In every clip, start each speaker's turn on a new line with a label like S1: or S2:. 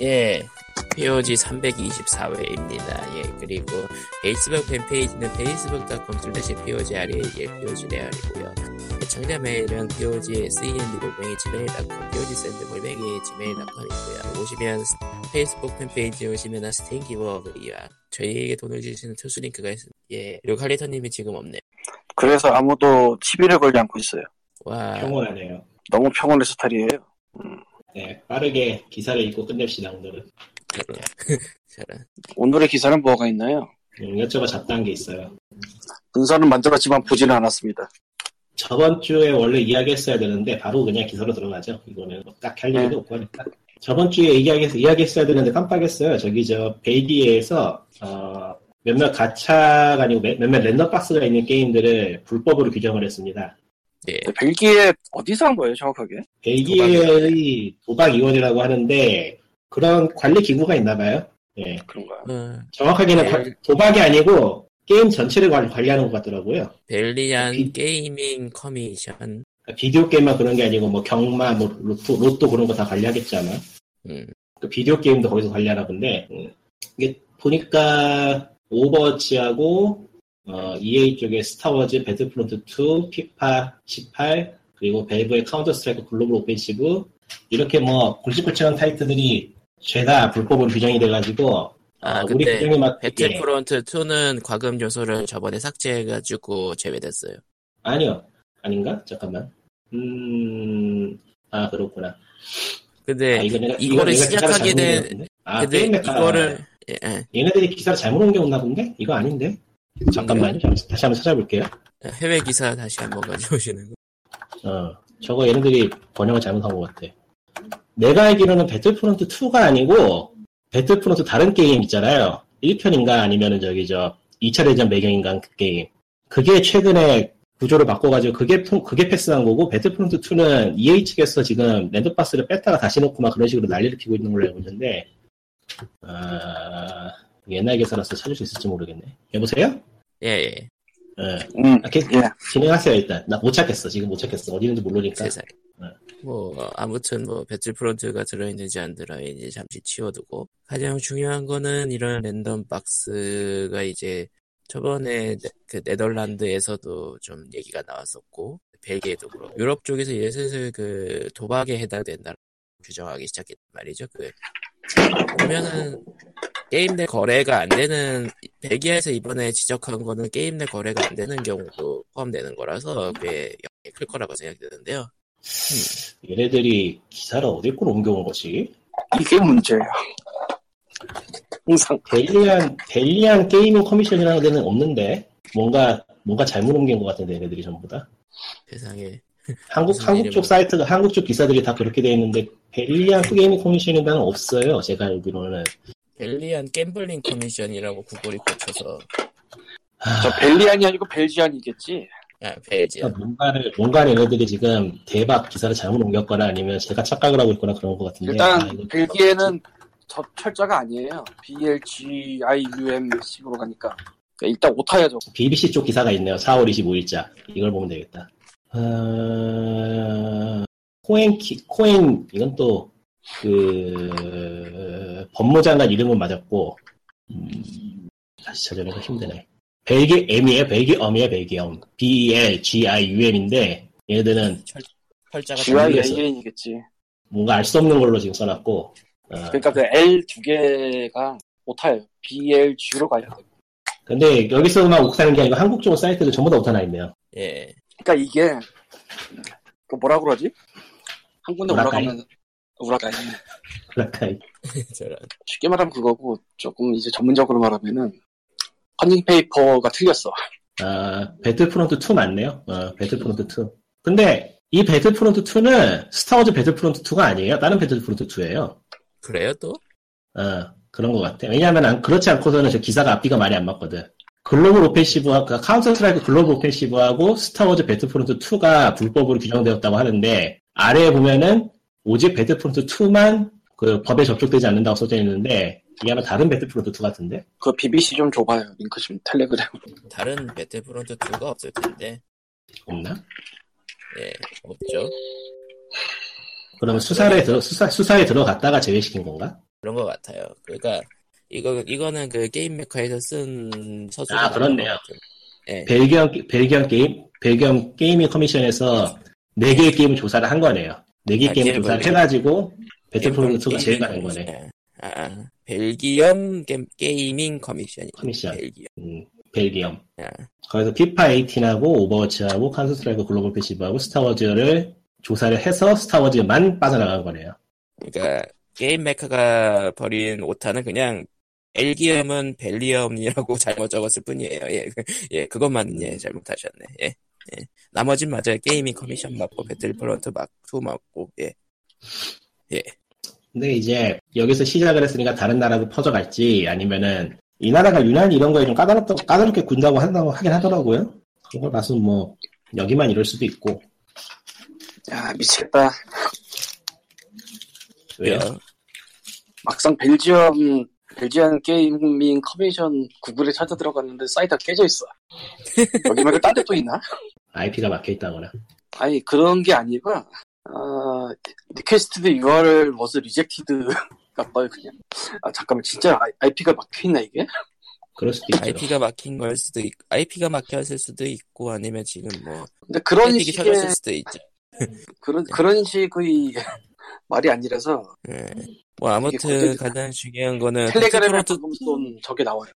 S1: 예. POG 324회입니다. 예, 그리고 페이스북 팬페이지는 facebook.com slash POGRE, 예, POGREAL이고요. 애청자 메일은 POG SEND골뱅이 gmail.com, POG 샌드골뱅이 gmail.com이고요. 오시면 스- 페이스북 팬페이지에 오시면 스팀 기부업이와 저희에게 돈을 주시는 투수 링크가 있습니다. 예, 그리고 칼리터님이 지금 없네.
S2: 그래서 아무도 시비를 걸지 않고 있어요.
S1: 와,
S3: 평온하네요.
S2: 너무 평온해서 탈이에요.
S3: 네, 빠르게 기사를 읽고 끝냅시다, 오늘은.
S1: 저런. 저런.
S2: 오늘의 기사는 뭐가 있나요?
S3: 음, 이것저것 잡다한 게 있어요.
S2: 문서는 만들었지만 보지는 않았습니다.
S3: 저번 주에 원래 이야기했어야 되는데, 바로 그냥 기사로 들어가죠. 이거는 뭐 딱히 할 얘기도 없고 하니까. 저번 주에 이야기해서, 이야기했어야 되는데 깜빡했어요. 저기 저, 베이비에에서, 어, 몇몇 가차가 아니고 몇- 몇몇 랜덤 박스가 있는 게임들을 불법으로 규정을 했습니다.
S1: 예,
S2: 벨기에 어디서 한 거예요, 정확하게?
S3: 베이비의 도박 이원이라고 하는데, 그런 관리 기구가 있나 봐요. 예.
S2: 그런가요?
S1: 어,
S3: 정확하게는
S1: 네.
S3: 바- 도박이 아니고, 게임 전체를 관- 관리하는 것 같더라고요.
S1: 벨리안 게이밍 커미션.
S3: 그러니까 비디오 게임만 그런 게 아니고 뭐 경마, 뭐 로또, 로또 그런 거 다 관리하겠지 아마.
S1: 음,
S3: 그 비디오 게임도 거기서 관리하나 본데 음. 이게 보니까 오버워치하고 어, EA 쪽에 스타워즈, 배틀프론트 2, 피파 18 그리고 벨브의 카운터 스트라이크 글로벌 오펜시브 이렇게 뭐 골칫골칫한 타이틀들이 죄다 불법으로 규정이 돼가지고
S1: 아,
S3: 어,
S1: 근데
S3: 규정에 맞 예.
S1: 배틀프론트 2는 과금 요소를 저번에 삭제해가지고 제외됐어요.
S3: 아니요 아닌가 잠깐만 음, 음아 그렇구나
S1: 근데
S3: 아, 이거 내가- 이거
S1: 네, 이거를
S3: 내가 기사를
S1: 시작하게
S3: 잘못
S1: 된-
S3: 읽은 것 같은데? 아,
S1: 근데
S3: 게임 메카가
S1: 이거를 예, 예.
S3: 얘네들이 기사를 잘못 옮겨온나 본데? 이거 아닌데?
S1: 네.
S3: 잠깐만요. 잠시- 다시 한번 찾아볼게요.
S1: 해외 기사 다시 한번 가져오시는 거.
S3: 어, 저거 얘네들이 번역을 잘못한 것 같아. 내가 알기로는 배틀프론트 2가 아니고 배틀프론트 다른 게임 있잖아요. 1편인가 아니면은 저기 저 2차 대전 배경인가 그 게임. 그게 최근에 구조를 바꿔가지고 그게 통- 그게 패스한 거고 배틀프론트 2는 EA 측에서 지금 랜드박스를 뺐다가 다시 놓고 막 그런 식으로 난리를 피고 있는 걸로 알고 있는데 아, 옛날 기사라서 찾을 수 있을지 모르겠네. 여보세요?
S1: 예, 예.
S3: 예.
S2: 음,
S3: 아, 계속
S2: 예.
S3: 진행하세요 일단. 나 못 찾겠어. 지금 못 찾겠어. 어디 있는지 모르니까. 네.
S1: 세상에. 뭐 어, 아무튼 뭐 배틀프론트가 들어있는지 안 들어있는지 잠시 치워두고 가장 중요한 거는 이런 랜덤 박스가 이제 저번에 네- 그 네덜란드에서도 좀 얘기가 나왔었고 벨기에도 그렇고 유럽 쪽에서 이제 슬슬 그 도박에 해당된다 규정하기 시작했단 말이죠. 그 보면은 게임 내 거래가 안 되는 벨기에에서 이번에 지적한 거는 게임 내 거래가 안 되는 경우도 포함되는 거라서 그게 영향이 클 거라고 생각되는데요.
S3: 얘네들이 기사를 어디 걸 옮겨온 거지?
S2: 이게 문제예요. 항상
S3: 델리안 델리안 게이밍 커미션이라는 데는 없는데 뭔가 뭔가 잘못 옮긴 것 같은데 얘네들이 전부 다. 음.
S1: 세상에
S3: 한국
S1: 무슨 뭐.
S3: 한국
S1: 이름으로?
S3: 쪽 사이트가 한국 쪽 기사들이 다 그렇게 돼 있는데 델리안 게이밍 커미션이라는 없어요. 제가 알기로는.
S1: 벨리안 갬블링 커미션이라고 구글이 고쳐서
S2: 저 벨리안이 아니고 벨지안이겠지.
S1: 아 페이지야.
S3: 그러니까 뭔가를 뭔가 얘네들이 지금 대박 기사를 잘못 옮겼거나 아니면 제가 착각을 하고 있거나 그런 것 같은데. 아,
S2: 일단
S3: 이거-
S1: 그
S2: 벨기에는 저 철자가 아니에요. B L G I U M 식으로 가니까 그러니까 일단 오타야 저거.
S3: BBC 쪽 기사가 있네요. 4월 25일자. 이걸 보면 되겠다. 어, 코엔, 키- 코엔, 이건 또, 그, 법무장관 이름은 맞았고, 음, 다시 찾아내기 힘드네. 벨기 M이에요. 벨기 엄이에요. 벨기 E 엄. B-E-L, G-I-U-M인데, 얘네들은
S1: 철, 철자가
S2: G I
S3: 벨기에에서.
S2: A N이겠지.
S3: 뭔가 알 수 없는 걸로 지금 써놨고, 어,
S2: 그러니까 그 L 두 개가 오타예요. B L G로 가야 돼.
S3: 근데 여기서만 옥사는 게 아니고 한국 쪽 사이트도 전부 다 옥사나 있네요.
S1: 예.
S2: 그러니까 이게 그 뭐라 그러지? 한 군데
S3: 우라카이.
S2: 올라가면 우라카이.
S3: 그러니까
S1: 저런.
S2: 쉽게 말하면 그거고 조금 이제 전문적으로 말하면은 펀딩 페이퍼가 틀렸어.
S3: 아, 배틀프론트 2 맞네요. 어, 배틀프론트 2. 근데 이 배틀프론트 2는 스타워즈 배틀프론트 2가 아니에요. 다른 배틀프론트 2예요.
S1: 그래요 또?
S3: 어, 그런 것 같아. 요 왜냐하면 안- 그렇지 않고서는 저 기사가 앞뒤가 말이 안 맞거든. 글로벌 오펜시브와 그 카운터 스트라이크 글로벌 오펜시브하고 스타워즈 배틀프론트 2가 불법으로 규정되었다고 하는데 아래에 보면은 오직 배틀프론트 2만 그 법에 접촉되지 않는다고 써져 있는데 이게 아마 다른 배틀프론트 2 같은데
S2: 그 BBC 좀 줘봐요. 링크 좀 텔레그램.
S1: 다른 배틀프론트 2가 없을 텐데.
S3: 없나?
S1: 예. 없죠.
S3: 그러면 수사에 들어 수사 수사에 들어갔다가 제외시킨 건가?
S1: 그런 것 같아요. 그러니까 이거 이거는 그 게임 메카에서 쓴 서술.
S3: 아, 그렇네요.
S1: 예.
S3: 벨기엄, 벨기엄 게임, 벨기엄 게이밍 커미션에서 4개의 게임을 조사를 한 거네요. 4개의
S1: 아,
S3: 게임을
S1: 게임을
S3: 조사를
S1: 벨기엄.
S3: 해가지고, 배틀프론트가 제외가된 거네.
S1: 네. 아, 아. 벨기엄 게, 게이밍 커미션이.
S3: 커미션.
S1: 벨기엄.
S3: 음, 벨기엄.
S1: 아.
S3: 거기서 피파 18하고, 오버워치하고, 칸스트라이크 글로벌 패시브하고, 스타워즈를 조사를 해서 스타워즈만 빠져나간 거네요.
S1: 그러니까 게임 메카가 벌인 오타는 그냥 엘기엄은 벨리엄이라고 잘못 적었을 뿐이에요. 예, 그- 예, 그것만 예 잘못하셨네. 예, 예. 나머진 맞아요. 게이밍 커미션 맞고 배틀프론트 맞고 맞고 예.
S3: 근데 이제 여기서 시작을 했으니까 다른 나라로 퍼져갈지 아니면은 이 나라가 유난히 이런 거에 좀 까다롭다, 까다롭게 군다고 한다고 하긴 하더라고요. 그런 걸 봐서 뭐 여기만 이럴 수도 있고
S2: 야 미치겠다.
S3: 왜요?
S1: 그래요.
S2: 막상 벨지엄 벨지엄 게이밍 커미션 구글에 찾아 들어갔는데 사이트가 깨져 있어. 여기 말고 딴 데 또 있나?
S3: IP가 막혀 있다거나
S2: 아니 그런 게 아니고 아 리퀘스트드 URL was rejected 같아요 그냥. 아 잠깐만 진짜 IP가 막혀 있나 이게?
S3: 그럴 수도 있죠.
S1: IP가 막힌 걸 수도 있고, IP가 막혔을 수도 있고, 아니면 지금 뭐,
S2: 근데 그런
S1: 혜택이
S2: 식의
S1: 터졌을 수도 있죠. 네.
S2: 그런 그런 식의 말이 아니라서
S1: 예. 뭐, 아무튼
S2: 이게
S1: 가장 중요한 거는,
S2: 텔레그램에
S1: 배틀프론트
S2: 방금 쏜 저게 나와요.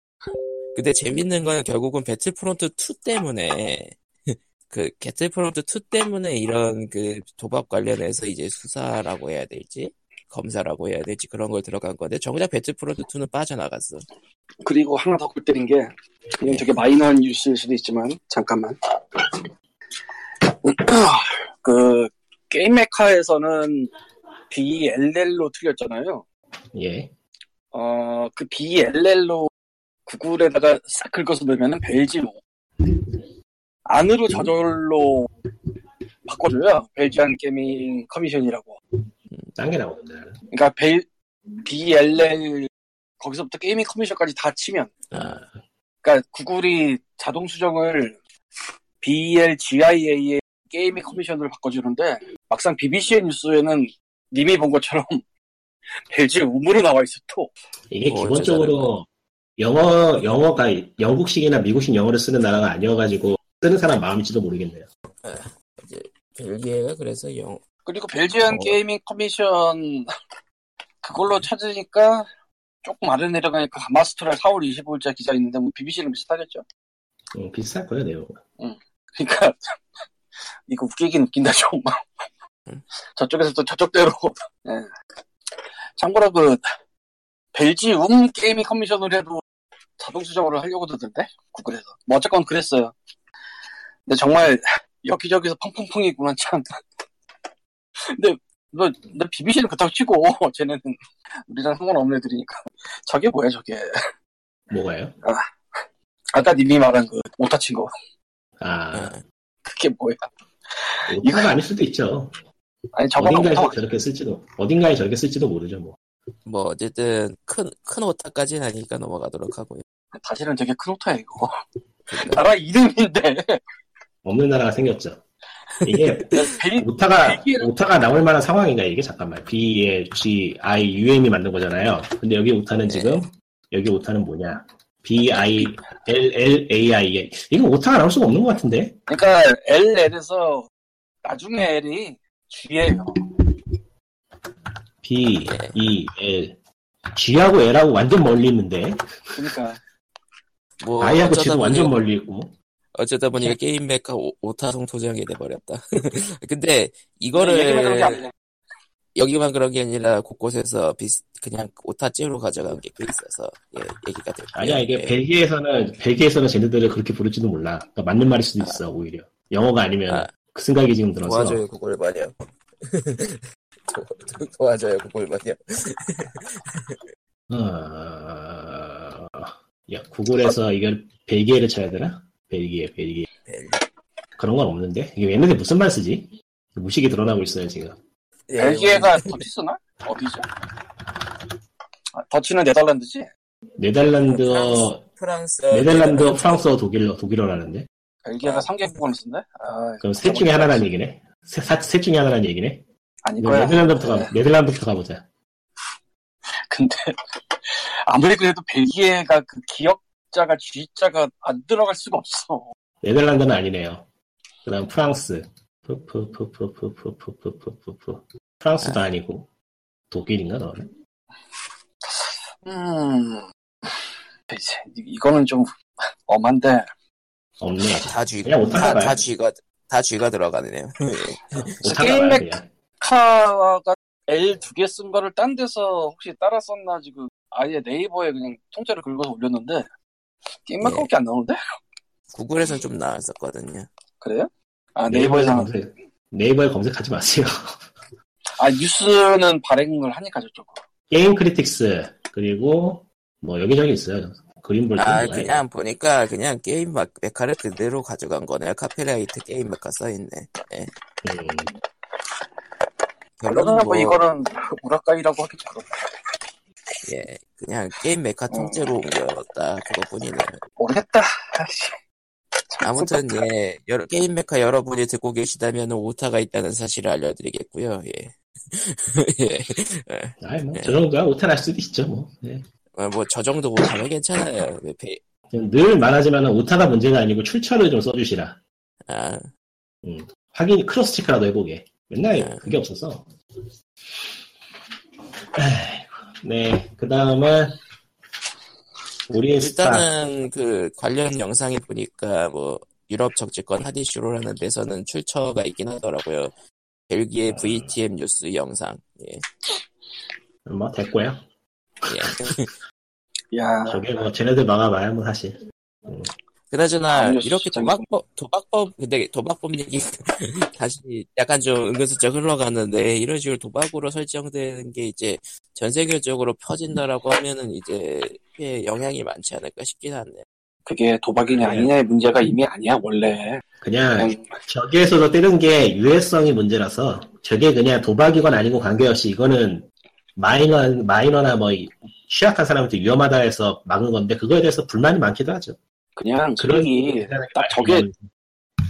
S1: 근데 재밌는 건 결국은 배틀프론트 2 때문에 그 배틀프론트 2 때문에 이런 그 도박 관련해서 이제 수사라고 해야 될지 검사라고 해야 될지 그런 걸 들어간 건데 정작 배틀프론트 2는 빠져나갔어.
S2: 그리고 하나 더 골 때린 게 그냥 저게 마이너한 뉴스일 수도 있지만 잠깐만 그 게임 메카에서는 BLL로 틀렸잖아요
S3: 예.
S2: 어그 BLL로 구글에다가 싹 긁어서 넣으면 벨지로 안으로 저절로 바꿔줘요 벨지안 게이밍 커미션이라고
S3: 딴 게 나오는데 나는.
S2: 그러니까 벨, BLL 거기서부터 게이밍 커미션까지 다 치면
S1: 음.
S3: 아,
S2: 그러니까 구글이 자동 수정을 BLGIA의 게이밍 커미션으로 바꿔주는데 막상 BBC 뉴스에는 님이 본 것처럼 벨지의 우물로 나와 있어 또
S3: 이게
S1: 뭐
S3: 기본적으로 영어 영어가 영국식이나 미국식 영어를 쓰는 나라가 아니어가지고 쓰는 사람 마음일지도 모르겠네요.
S1: 벨기에가 그래서 영
S2: 그리고 벨지안
S1: 어.
S2: 게이밍 커미션 그걸로 찾으니까 조금 아래 내려가니까 가마스토라 4월 25일자 기사 있는데 뭐 BBC는 비슷하겠죠
S3: 음, 비슷할 거예요 내용.
S2: 그러니까 이거 웃기긴 웃긴다 정말 저쪽에서 또 저쪽대로 예. 참고로 그 벨지움 게이밍 커미션을 해도 자동 수정을 하려고 그러던데 구글에서 뭐 어쨌건 그랬어요 근데 정말 여기저기서 펑펑펑이구만 참 근데 뭐, 근데 BBC는 그렇다고 치고 쟤네는 우리랑 상관없는 애들이니까 저게 뭐야 저게
S3: 뭐가요?
S2: 아까 님이 말한 그 오타 친거
S3: 아
S2: 네. 그게 뭐야
S3: 오타가 아닐 수도 있죠.
S2: 아니 저거는
S3: 어딘가에서
S2: 오타
S3: 저렇게 쓸지도 어딘가에 저렇게 쓸지도 모르죠 뭐.
S1: 뭐 어쨌든 큰 큰 오타까지는 아니니까 넘어가도록 하고요.
S2: 사실은 되게 큰 오타야 이거
S1: 그러니까
S2: 나라 이름인데
S3: 없는 나라가 생겼죠. 이게
S2: 벨,
S3: 오타가
S1: 네.
S2: 벨기에랑-
S3: 오타가 나올 만한 상황인가 이게 잠깐만 B L G I U M이 만든 거잖아요. 근데 여기 오타는
S1: 네.
S3: 지금 여기 오타는 뭐냐? B I L L A I 에 이거 오타가 나올 수가 없는 것 같은데
S2: 그러니까 LL에서 나중에 L이 G예요
S3: B
S1: 네.
S3: E L G하고 L하고 완전 멀리 있는데
S2: 그러니까
S1: 뭐
S3: I하고
S1: 어쩌다
S3: G도 완전
S1: 보니
S3: 멀리 있고
S1: 어쩌다 보니까 게임 메카 오- 오타성 토장이 돼버렸다. 근데
S2: 얘기만 그런 게
S1: 이거를
S2: 아니라
S1: 여기만 그런 게 아니라 곳곳에서 비슷 그냥 오타째로 가져간 게 꽤 있어서 예, 얘기가 예. 됐고
S3: 아니야 이게
S1: 네.
S3: 벨기에에서는 벨기에에서는 쟤네들을 그렇게 부를지도 몰라 그러니까 맞는 말일 수도 있어 오히려 영어가 아니면
S1: 아.
S3: 그 생각이 지금 들어서
S1: 도와줘요 그걸 마냥 도- 도와줘요 그걸 마냥
S3: 어... 야, 구글에서 이걸 벨기에를 쳐야 되나? 벨기에, 벨기에.
S1: 벨-
S3: 그런 건 없는데? 이게 얘네들 무슨 말 쓰지? 무식이 드러나고 있어요, 지금.
S1: 예,
S2: 벨기에가 더치 쓰나? 어디죠? 아, 더치는 네덜란드지?
S3: 네덜란드, 어
S1: 프랑스
S3: 네덜란드, 프랑스어, 독일어, 독일어라는데?
S2: 벨기에가 3개국을 쓴데? 아,
S3: 그럼 셋 중에 하나라는 얘기네? 세, 사- 셋 중에 하나라는 얘기네?
S2: 아닐
S3: 그럼
S2: 거야
S3: 네덜란드부터 가, 네덜란드부터 가보자.
S2: 근데 아무리 그래도 벨기에가 그 기억자가 G자가 안 들어갈 수가 없어.
S3: 네덜란드는 아니네요. 그 다음 프랑스. 푸푸푸푸푸푸푸푸푸푸푸. 프랑스도 아니고. 독일인가, 너는?
S2: 음. 이제 이거는 좀 엄한데
S3: 없네.
S1: 다 G가
S3: 그냥
S1: 다,
S3: 오타카가요.
S1: 다 G가 다 G가 들어가네요.
S3: 오타가
S2: 게임
S3: 말이야.
S2: 카가 L 두 개 쓴 거를 딴 데서 혹시 따라 썼나 지금 아예 네이버에 그냥 통째로 긁어서 올렸는데 게임만큼밖에 안 나오는데
S1: 구글에선 좀 나왔었거든요.
S2: 그래요? 아
S3: 네이버에서
S2: 네이버에서
S3: 검색, 네이버에 검색하지 마세요.
S2: 아 뉴스는 발행을 하니까 저쪽
S3: 게임 크리틱스. 그리고 뭐 여기저기 있어요. 그린볼트.
S1: 아 그냥 보니까 그냥 게임 막 메카를 그대로 가져간 거네요. 카피라이트 게임 메카 써있네. 뭐.
S3: 음,
S1: 결론은
S2: 그러면
S1: 뭐
S2: 뭐 이거는 우라카이라고 하기 좀 그렇고
S1: 예, 그냥 게임 메카 통째로 옮겼다 그거뿐이네.
S2: 모르겠다 아이씨.
S1: 아무튼 예, 여러- 게임 메카 여러분이 듣고 계시다면 오타가 있다는 사실을 알려드리겠고요. 예. 예.
S3: 아이,
S1: 네.
S3: 뭐, 저 정도야. 오타 날 수도 있죠, 뭐. 네.
S1: 뭐 저 정도 못하면 괜찮아요. 왜 페-
S3: 늘 말하지만 오타가 문제가 아니고 출처를 좀 써주시라.
S1: 아,
S3: 확인 크로스 체크라도 해보게. 맨날
S1: 네.
S3: 그게 없어서. 아이고, 네, 그 다음은 우리의 스타.
S1: 일단은 그 관련 영상에 보니까 뭐 유럽 정치권 하디슈로라는 데서는 출처가 있긴 하더라고요. 벨기에 VTM 뉴스 영상. 예.
S3: 뭐 됐고요.
S1: 예.
S2: 야
S3: 저게 뭐 쟤네들 막아봐야 뭐 사실.
S1: 그나저나
S2: 아니요,
S1: 이렇게
S2: 진짜
S1: 도박법 도박법 근데 도박법 얘기 다시 약간 좀 은근슬쩍 흘러가는데 이런 식으로 도박으로 설정되는 게 이제 전 세계적으로 퍼진다라고 하면은 이제 꽤 영향이 많지 않을까 싶긴 하네요.
S2: 그게 도박이냐 아니냐의 문제가 이미 아니야 원래
S3: 그냥
S2: 그냥
S3: 저기에서도 때는 게 유해성이 문제라서 저게 그냥 도박이건 아니고 관계없이 이거는 마이너 마이너나 뭐 이- 취약한 사람한테 위험하다 해서 막은 건데 그거에 대해서 불만이 많기도 하죠.
S2: 그냥
S3: 그런
S2: 그러기
S3: 대단하게
S2: 딱 저게
S3: 많이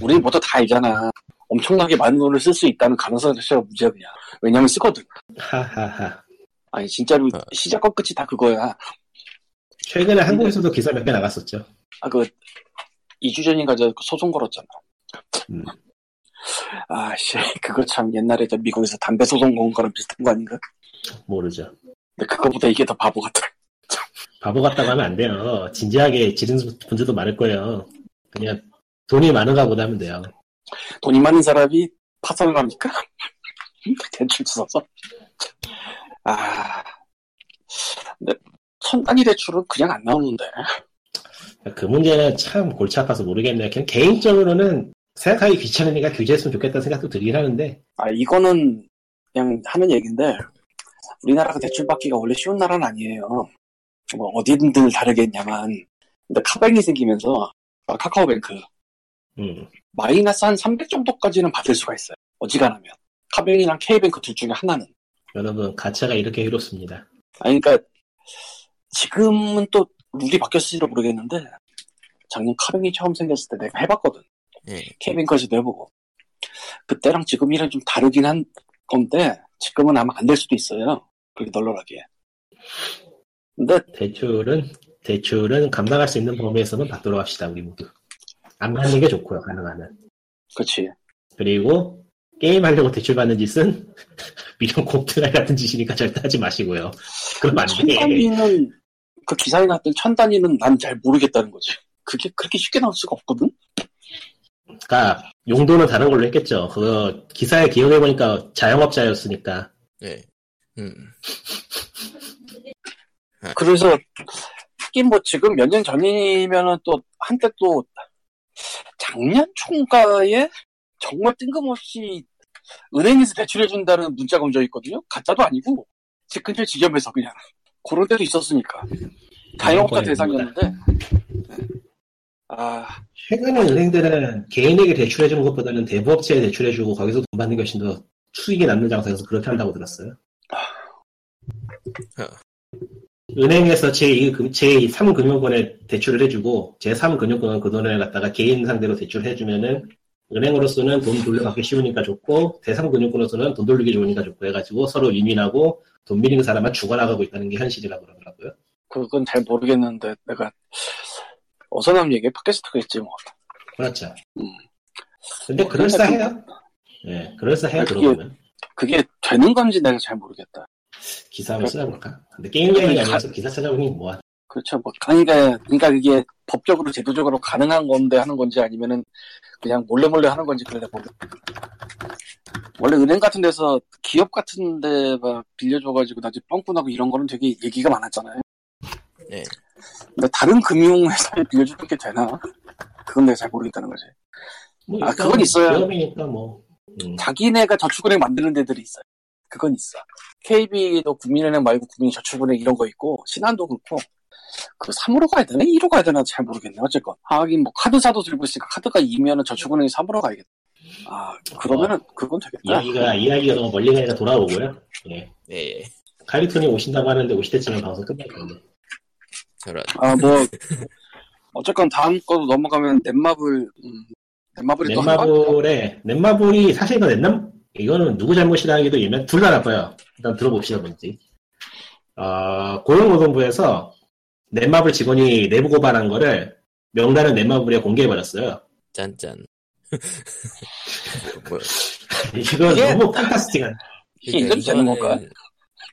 S2: 우리 모두 다 알잖아. 엄청나게 많은 돈을 쓸 수 있다는 가능성 자체가 문제야 그냥. 왜냐면 쓰거든.
S3: 하하하.
S2: 아니 진짜로
S1: 어.
S2: 시작과 끝이 다 그거야.
S3: 최근에 한국에서도 기사 몇 개 나갔었죠.
S2: 아 그 2주 전인가 저 소송 걸었잖아.
S3: 음.
S2: 아씨 그거 참 옛날에 저 미국에서 담배 소송 건 거랑 비슷한 거 아닌가?
S3: 모르죠.
S2: 근데 그거보다 이게 더 바보 같아.
S3: 바보 같다고 하면 안 돼요. 진지하게 지른 분들도 많을 거예요. 그냥 돈이 많은가 보다 하면 돼요.
S2: 돈이 많은 사람이 파산을 합니까? 대출 주워서? 아 근데 천 단위 대출은 그냥 안 나오는데.
S3: 그 문제는 참 골치 아파서 모르겠네요. 그냥 개인적으로는 생각하기 귀찮으니까 규제했으면 좋겠다는 생각도 들긴 하는데
S2: 아, 이거는 그냥 하는 얘기인데, 우리나라가 대출받기가 원래 쉬운 나라는 아니에요. 뭐, 어디든 다르겠냐만. 근데 카뱅이 생기면서, 아, 카카오뱅크,
S3: 음,
S2: 마이너스 한 300 정도까지는 받을 수가 있어요. 어지간하면. 카뱅이랑 K뱅크 둘 중에 하나는.
S3: 여러분 가차가 이렇게 이롭습니다.
S2: 아니, 그러니까, 지금은 또 룰이 바뀌었을지도 모르겠는데, 작년 카뱅이 처음 생겼을 때 내가 해봤거든.
S1: 예.
S2: 케빈까지도 해보고 그때랑 지금이랑 좀 다르긴 한 건데 지금은 아마 안 될 수도 있어요 그렇게 널널하게 근데
S3: 대출은 대출은 감당할 수 있는 범위에서만 받도록 합시다 우리 모두. 안 받는 게 좋고요 가능하면.
S2: 그치
S3: 그리고 게임 하려고 대출 받는 짓은 미련 곱트나 같은 짓이니까 절대 하지 마시고요. 그럼 안
S2: 천
S3: 돼.
S2: 단위는 그 기사에 났던 천 단위는 난 잘 모르겠다는 거지 그게 그렇게 쉽게 나올 수가 없거든
S3: 그러니까 용도는 다른 걸로 했겠죠. 그 기사에 기억해 보니까 자영업자였으니까
S1: 예. 음.
S2: 그래서 하긴 뭐 지금 몇 년 전이면은 또 한때 또 작년 총가에 정말 뜬금없이 은행에서 대출해준다는 문자가 온 적 있거든요. 가짜도 아니고 집 근처 지점에서 그냥 그런 데도 있었으니까 자영업자 대상이었는데 아
S3: 최근에 은행들은 개인에게 대출해 주는 것보다는 대부업체에 대출해 주고 거기서 돈 받는 게 훨씬 더 수익이 남는 장사에서 그렇게 한다고 들었어요. 은행에서 제3금융권에 대출을 해주고 제3금융권은 그 돈을 갖다가 개인 상대로 대출해 주면은 은행으로서는 돈 돌려받기 쉬우니까 좋고 대상 근육으로서는 돈 돌리기 좋으니까 좋고 해가지고 서로 윈윈하고 돈 밀리는 사람만 죽어나가고 있다는 게 현실이라고 그러더라고요.
S2: 그건 잘 모르겠는데 내가 어서남 얘기 팟캐스트겠지 뭐.
S3: 그렇죠.
S2: 음. 어, 그러니까
S3: 근데 그럴싸해요. 예, 그럴싸해요.
S2: 아니,
S3: 그러고 보면
S2: 그게 되는 건지 내가 잘 모르겠다.
S3: 기사 한번
S2: 그러니까
S3: 찾아볼까? 근데 게임 이야기가
S2: 가-
S3: 아니라서 기사 찾아보니 뭐야?
S2: 그렇죠. 뭐 그러니까 그러니까 그게 법적으로 제도적으로 가능한 건데 하는 건지 아니면은 그냥 몰래 몰래 하는 건지 그래 모르. 원래 은행 같은 데서 기업 같은 데가 빌려줘가지고 나중에 뻥꾸나고 이런 거는 되게 얘기가 많았잖아요.
S1: 네.
S2: 근데 다른 금융회사에 빌려주는 게 되나? 그건 내가 잘 모르겠다는 거지.
S3: 뭐
S2: 아, 그건 있어요.
S3: 기업이니까 뭐. 음,
S2: 자기네가 저축은행 만드는 데들이 있어요. 그건 있어. KB도 국민은행 말고 국민저축은행 이런 거 있고 신한도 그렇고 그 3으로 가야 되나 2로 가야 되나 잘 모르겠네 어쨌건 하긴 뭐 카드사도 들고 있으니까 카드가 2면은 저축은행이 3으로 가야겠다 아 그러면은 그건 되겠다
S3: 이야기가 이야기가 너무 멀리 가니까 돌아오고요. 예.
S1: 예, 예.
S3: 칼리톤이 오신다고 하는데 오실 때쯤에 방송 끝날 건데.
S1: 저런.
S2: 아 뭐 어쨌건 다음 거로 넘어가면 넷마블 음, 넷마블이 또 한가?
S3: 넷마블에 넷마블이 사실 이거 넷남 이거는 누구 잘못이라기도 얘면 둘 다 나빠요. 일단 들어봅시다 뭔지. 어, 고용노동부에서 넷마블 직원이 내부 고발한 거를 명단을 넷마블에 공개해 버렸어요.
S1: 짠짠. 뭐,
S3: 이거
S2: 이게-
S3: 너무 판타스틱한.
S2: 이게 이래도 되는 건가?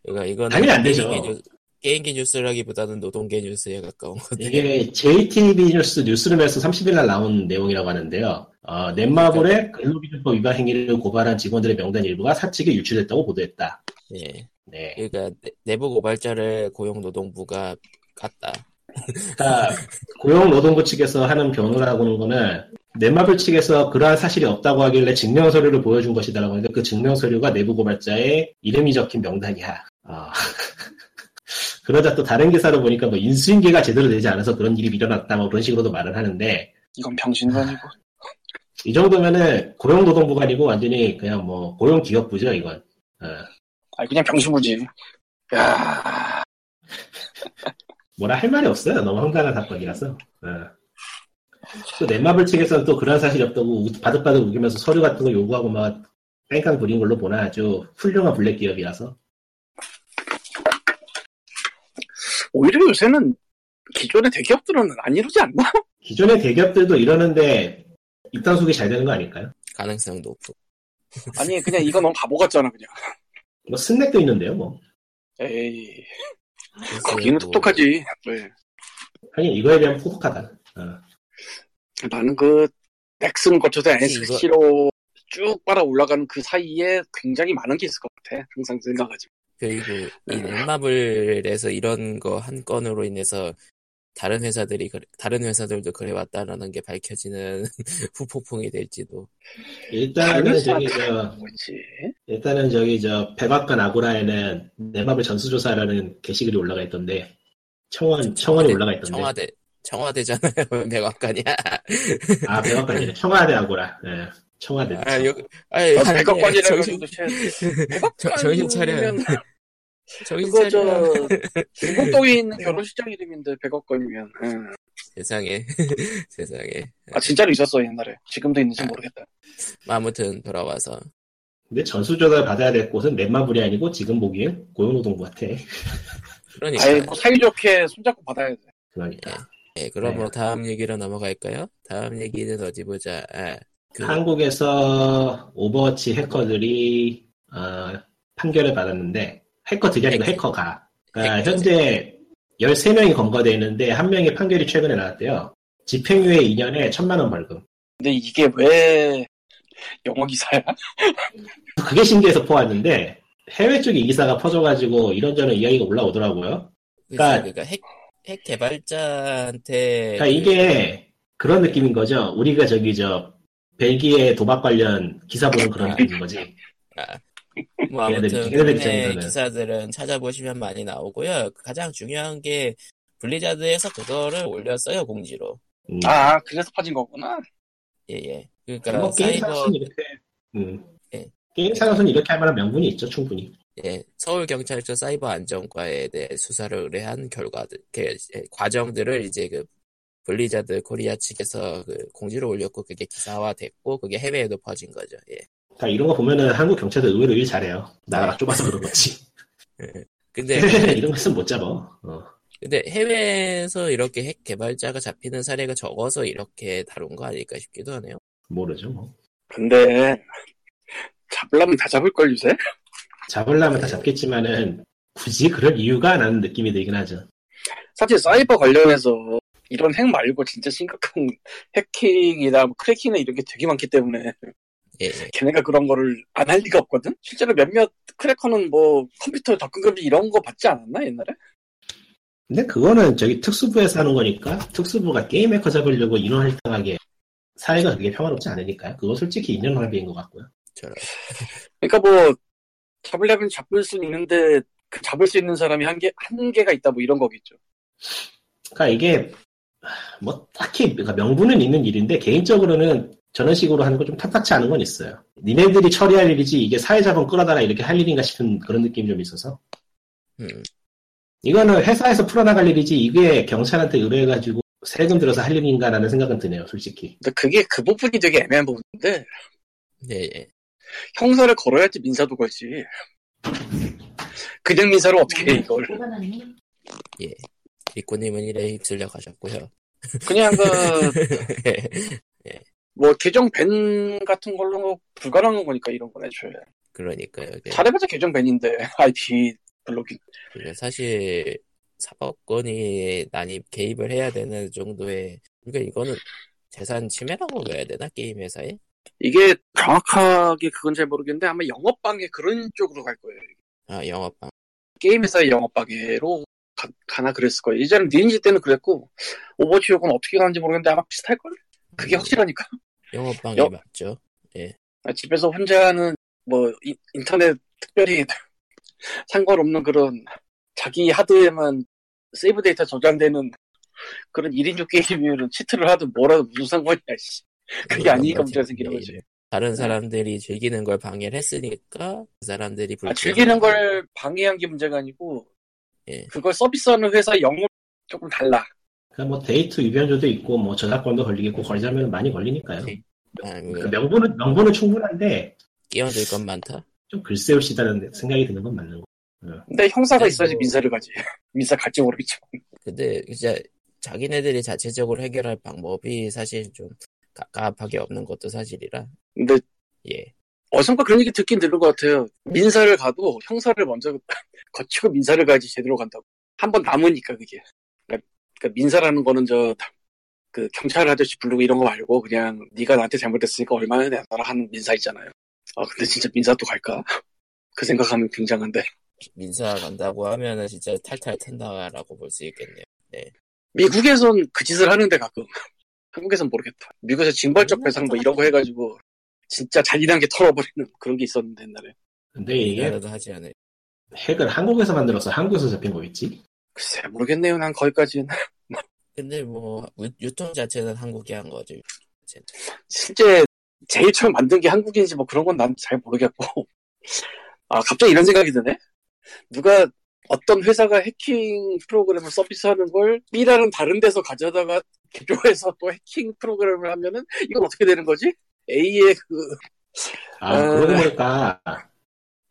S1: 그러니까 이거는
S3: 당연히 안 되죠.
S1: 게임기 뉴스- 게임기 뉴스라기보다는 노동계 뉴스에 가까운 건데.
S3: 이게 JTB 뉴스 뉴스룸에서 30일 날 나온 내용이라고 하는데요. 어, 넷마블의 근로기준법 위반 행위를 고발한 직원들의 명단 일부가 사측에 유출됐다고 보도했다.
S1: 예.
S3: 네.
S1: 그러니까 내- 내부 고발자를 고용노동부가 깠다.
S3: 그러니까 고용노동부 측에서 하는 변호라고는 거는 넷마블 측에서 그러한 사실이 없다고 하길래 증명 서류를 보여준 것이다라고 하는데 그 증명 서류가 내부 고발자의 이름이 적힌 명단이야. 아. 그러자 또 다른 기사로 보니까 뭐 인수인계가 제대로 되지 않아서 그런 일이 일어났다 뭐 그런 식으로도 말을 하는데
S2: 이건 병신도 아니고
S3: 이 정도면은 고용노동부가 아니고 완전히 그냥 뭐 고용기업부죠 이건. 어,
S2: 아니 그냥 병신부지 야
S3: 뭐라 할 말이 없어요. 너무 황당한 사건이라서. 어. 또 넷마블 측에서는 또 그런 사실이 없다고 우- 바득바득 우기면서 서류 같은 거 요구하고 막 뺑깡 부린 걸로 보나 아주 훌륭한 블랙 기업이라서
S2: 오히려 요새는 기존의 대기업들은 안 이러지 않나?
S3: 기존의 대기업들도 이러는데 입단 속이 잘 되는 거 아닐까요?
S1: 가능성 높고.
S2: 아니 그냥 이거 너무 바보 같잖아 그냥
S3: 뭐 스낵도 있는데요 뭐.
S2: 에이
S1: 그래서
S2: 아, 거기는
S1: 뭐
S2: 똑똑하지 네.
S3: 하긴 이거에 비하면 혹독하다. 어.
S2: 나는 그 넥슨 거쳐서
S1: 혹시
S2: NSC로 쭉 빨아 올라가는 그 사이에 굉장히 많은 게 있을 것 같아 항상 생각하지
S1: 그리고
S2: 네.
S1: 이 넷마블에서 이런 거 한 건으로 인해서 다른 회사들이 그래- 다른 회사들도 그래왔다라는 게 밝혀지는 후폭풍이 될지도.
S3: 일단은 저기 저
S2: 당연하다. 뭐지
S3: 일단은 저기 저 백악관 아고라에는 내마블 전수조사라는 게시글이 올라가 있던데 청원 청원이 올라가
S2: 네.
S3: 있던데
S1: 청와대 청와대잖아요 백악관이야.
S3: 아 백악관이네 청와대 아고라 예 청와대
S1: 아 여기 아니, 아니,
S2: 백악관이라고
S1: 정신
S2: 해도
S1: 저- 정신 차려.
S2: 백악관이면
S1: 정신 차려.
S2: 그거 저 중국동에 있는 결혼식장 이름인데 백악관이면 응.
S1: 세상에 세상에.
S2: 아 진짜로 있었어 옛날에 지금도
S1: 아,
S2: 있는지 모르겠다
S1: 뭐 아무튼 돌아와서
S3: 근데 전수조사를 받아야 될 곳은 내마블이 아니고 지금 보기엔 고용노동부 같아
S1: 그러니까
S2: 아예 뭐 사이좋게 손잡고 받아야 돼
S3: 그러니까
S1: 예, 그럼
S3: 네.
S1: 뭐 다음 얘기로 넘어갈까요? 다음 얘기는 어디 보자. 아, 그
S3: 한국에서 오버워치 해커들이 어, 판결을 받았는데 해커들이 아니고
S1: 해커.
S3: 해커가 그러니까
S1: 해커들.
S3: 현재 13명이 검거돼 있는데 한 명의 판결이 최근에 나왔대요 집행유예 2년에 1천만 원 벌금
S2: 근데 이게 왜 영어 기사야?
S1: 음.
S3: 그게 신기해서 퍼왔는데 해외 쪽에 이 기사가 퍼져가지고 이런저런 이야기가 올라오더라고요.
S1: 그치,
S3: 그러니까-
S1: 그러니까 핵, 핵 개발자한테
S3: 그러니까 이게 그런 느낌인 거죠. 우리가 저기 저 벨기에 도박 관련 기사 보는 그런 느낌인 거지.
S1: 뭐
S3: 얘네들-
S1: 아무튼
S3: 얘네들
S1: 국내
S3: 입장에서는.
S1: 기사들은 찾아보시면 많이 나오고요. 그 가장 중요한 게 블리자드에서 그거를 올렸어요 공지로.
S3: 음.
S2: 아, 그래서 퍼진 거구나.
S1: 예예. 그러니까
S3: 뭐 게임
S1: 사이버
S3: 사무소는 이렇게 음.
S1: 예.
S3: 게임 사무소는 이렇게 할 만한 명분이 있죠 충분히.
S1: 예, 서울 경찰서 사이버 안전과에 대해 수사를 의뢰한 결과들, 그, 예, 과정들을 이제 그 블리자드 코리아 측에서 그 공지를 올렸고 그게 기사화됐고 그게 해외에도 퍼진 거죠. 예.
S3: 다 이런 거 보면은 한국 경찰도 의외로 일 잘해요. 나라가 좁아서 그런 거지.
S1: 근데
S2: 네.
S3: 이런 거 있으면 못 잡아. 어.
S1: 근데 해외에서 이렇게 핵 개발자가 잡히는 사례가 적어서 이렇게 다룬 거 아닐까 싶기도 하네요.
S3: 모르죠. 뭐.
S2: 근데 잡으려면 다 잡을걸 요새?
S3: 잡으려면 다 잡겠지만은 굳이 그럴 이유가 나는 느낌이 들긴 하죠.
S2: 사실 사이버 관련해서 이런 핵 말고 진짜 심각한 해킹이나 뭐 크래킹이나 이런 게 되게 많기 때문에
S1: 예, 예.
S2: 걔네가 그런 거를 안 할 리가 없거든? 실제로 몇몇 크래커는 뭐 컴퓨터 접근금지 이런 거 받지 않았나 옛날에?
S3: 근데 그거는 저기 특수부에서 하는 거니까 특수부가 게임 해커 잡으려고 인원 할당하게 사회가 그게 평화롭지 않으니까요. 그거 솔직히 인연 낭비인 것 같고요.
S1: 저런.
S2: 그러니까 뭐 잡으려면 잡을 수 있는데 그 잡을 수 있는 사람이 한계 한계가 있다 뭐 이런 거겠죠.
S3: 그러니까 이게 뭐 딱히 그러니까 명분은 있는 일인데 개인적으로는 저런 식으로 하는 거 좀 탐탁치 않은 건 있어요. 니네들이 처리할 일이지 이게 사회자본 끌어다가 이렇게 할 일인가 싶은 그런 느낌이 좀 있어서
S1: 음.
S3: 이거는 회사에서 풀어나갈 일이지 이게 경찰한테 의뢰해가지고 세금 들어서 할 일인가라는 생각은 드네요, 솔직히.
S2: 근데 그게 그 부분이 되게 애매한 부분인데
S1: 네, 예.
S2: 형사를 걸어야지 민사도 걸지. 그냥 민사로 어떻게 해 이걸?
S1: 리코님은 이래 휩쓸려 가셨고요.
S2: 그냥 그 뭐 계정 밴 같은 걸로 뭐 불가능한 거니까 이런 건 애초에
S1: 그러니까요. 예.
S2: 잘해봤자 계정 밴인데 IP 블록인
S1: 그리고 사실 사법권이 난입 개입을 해야 되는 정도의 그러니까 이거는 재산 침해라고 봐야 되나 게임 회사에?
S2: 이게 정확하게 그건 잘 모르겠는데 아마 영업방해 그런 쪽으로 갈 거예요
S1: 아 영업방.
S2: 게임 회사의 영업방해로 가, 가나 그랬을 거예요 이제는 니인지 때는 그랬고 오버워치 요건 어떻게 가는지 모르겠는데 아마 비슷할걸? 그게 확실하니까
S1: 영업방해
S2: 영-
S1: 맞죠?
S2: 아, 집에서 혼자 하는 뭐 인- 인터넷 특별히 상관없는 그런 자기 하드에만 세이브 데이터 저장되는 그런 1인조 게임이면 치트를 하든 뭐라든 무슨 상관이야 씨. 그게 아니니까 문제가 생기는
S1: 예,
S2: 거지.
S1: 예.
S2: 네.
S1: 다른 사람들이 즐기는 걸 방해를 했으니까 그 사람들이
S2: 아,
S1: 불쾌해하는
S2: 즐기는
S1: 거예요.
S2: 걸 방해한 게 문제가 아니고
S1: 예.
S2: 그걸 서비스하는 회사 영업 조금 달라.
S3: 그러니까 뭐 데이트 위변조도 있고 뭐 저작권도 걸리겠고 걸자면 많이 걸리니까요.
S1: 네. 아,
S3: 그러니까
S1: 이거
S3: 명분은 명분은 충분한데
S1: 끼어들 건 많다.
S3: 좀 글쎄옵시다는 생각이 드는 건 맞는 거.
S2: 근데 형사가
S1: 네,
S2: 있어야지
S1: 뭐.
S2: 민사를 가지. 민사 갈지 모르겠지만.
S1: 근데 이제 자기네들이 자체적으로 해결할 방법이 사실 좀 갑갑하게 없는 것도 사실이라
S2: 근데
S1: 예.
S2: 어선가 그런 얘기 듣긴 들은 것 같아요. 민사를 가도 형사를 먼저 거치고 민사를 가야지 제대로 간다고. 한 번 남으니까 그게. 그러니까, 그러니까 민사라는 거는 저 그 경찰 아저씨 부르고 이런 거 말고 그냥 네가 나한테 잘못했으니까 얼마나 내놔라 하는 민사 있잖아요. 아 근데 진짜 민사도 갈까? 그 생각하면 굉장한데.
S1: 민사 간다고 하면은 진짜 탈탈 탄다라고 볼 수 있겠네요.
S2: 미국에선 그 짓을 하는데 가끔 한국에선 모르겠다. 미국에서 징벌적 배상 뭐 이런 거 해가지고 진짜 잔인한 게 털어버리는 그런 게 있었는데 옛날에 예,
S3: 근데 이게
S1: 이나라도 하지 않아요.
S3: 핵을 한국에서 만들어서 한국에서 잡힌 거겠지?
S2: 글쎄 모르겠네요 난 거기까지는
S1: 근데 뭐 유- 유통 자체는 한국이 한 거죠.
S2: 실제 제일 처음 만든 게 한국인지 뭐 그런 건 난 잘 모르겠고 아 갑자기 이런 생각이 드네 누가 어떤 회사가 해킹 프로그램을 서비스하는 걸 B라는 다른 데서 가져다가 개조해서 또 해킹 프로그램을 하면은 이건 어떻게 되는 거지? A의 그
S3: 아,
S2: 아.
S3: 그러고 보니까,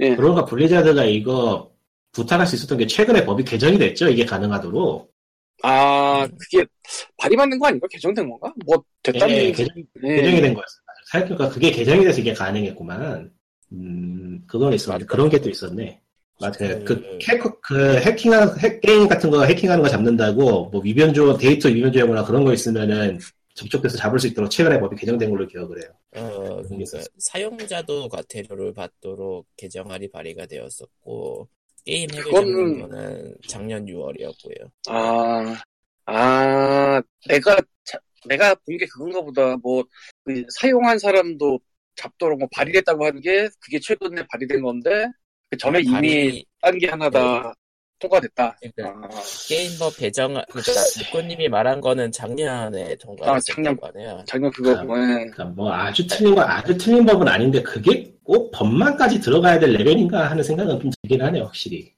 S2: 예.
S3: 그러니까 블리자드가 이거 부탁할 수 있었던 게 최근에 법이 개정이 됐죠. 이게 가능하도록.
S2: 아, 그게 발의받는 거 아닌가? 개정된 건가? 뭐 됐다는
S3: 음. 예,
S2: 얘기
S3: 개정, 개정이 된 거였어요. 그러니까 그게 개정이 돼서 이게 가능했구만. 음, 그건 있었는데, 그런 게 또 있었네. 맞아요. 그,
S1: 음.
S3: 해커, 그, 해킹하는, 핵, 게임 같은 거 해킹하는 거 잡는다고, 뭐, 위변조, 데이터 위변조하거나 그런 거 있으면은, 접촉돼서 잡을 수 있도록 최근에 법이 개정된 걸로 기억을 해요.
S1: 어, 그러니까
S3: 있었어요.
S1: 사용자도 과태료를 받도록 개정안이 발의가 되었었고 게임
S2: 그건-
S1: 해결하는 거는 작년 6월이었고요.
S2: 아, 아, 내가 자- 내가 본 게 그건가 보다. 뭐그 사용한 사람도 잡도록 뭐 발의됐다고 하는 게 그게 최근에 발의된 건데 그 전에 이미
S1: 발의-
S2: 딴 게 하나
S3: 네.
S2: 다 통과됐다.
S1: 그러니까
S2: 아,
S1: 게임법 개정 그러니까 국권님이 말한 거는 작년에
S2: 네. 아,
S1: 통과됐었던
S2: 작년.
S1: 거네요.
S2: 작년 그거 예.
S3: 그러니까 뭐, 아주 틀린 건, 아주 틀린 법은 아닌데, 그게 꼭 법만까지 들어가야 될 레벨인가 하는 생각은 좀 들긴 하네요, 확실히.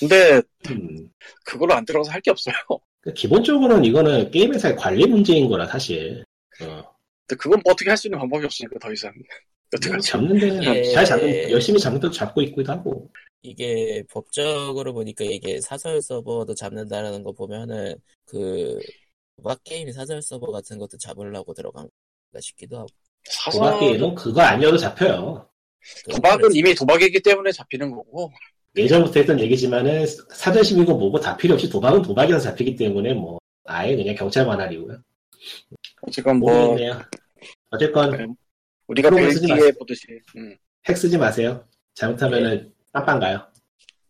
S2: 근데
S3: 음.
S2: 그걸로 안 들어가서 할 게 없어요.
S3: 그 기본적으로는 이거는 게임 회사의 관리 문제인 거라 사실. 어,
S2: 근데 그건 뭐 어떻게 할 수 있는 방법이 없으니까 더 이상.
S3: 뭐
S2: 여태까지.
S3: 잡는 데는
S1: 예.
S3: 잘 잡는 열심히 잡는 데도 잡고 있기도 하고.
S1: 이게 법적으로 보니까 이게 사설 서버도 잡는다라는 거 보면은 그 막게임 사설 서버 같은 것도 잡으려고 들어간 가 싶기도 하고
S2: 사서
S3: 도박기에는 그거 아니어도 잡혀요.
S1: 그
S2: 도박은 이미 도박이기 때문에 잡히는 거고
S3: 예전부터 했던 얘기지만은 사전심이고 뭐고 다 필요 없이 도박은 도박이라서 잡히기 때문에 뭐 아예 그냥 경찰 관할이고요.
S2: 지금 뭐
S3: 모르겠네요. 어쨌건
S2: 네. 우리가
S3: 그런 거 쓰지
S2: 벨기에
S3: 마세요.
S2: 보듯이 음.
S3: 핵 쓰지 마세요. 잘못하면은 깜빵 가요.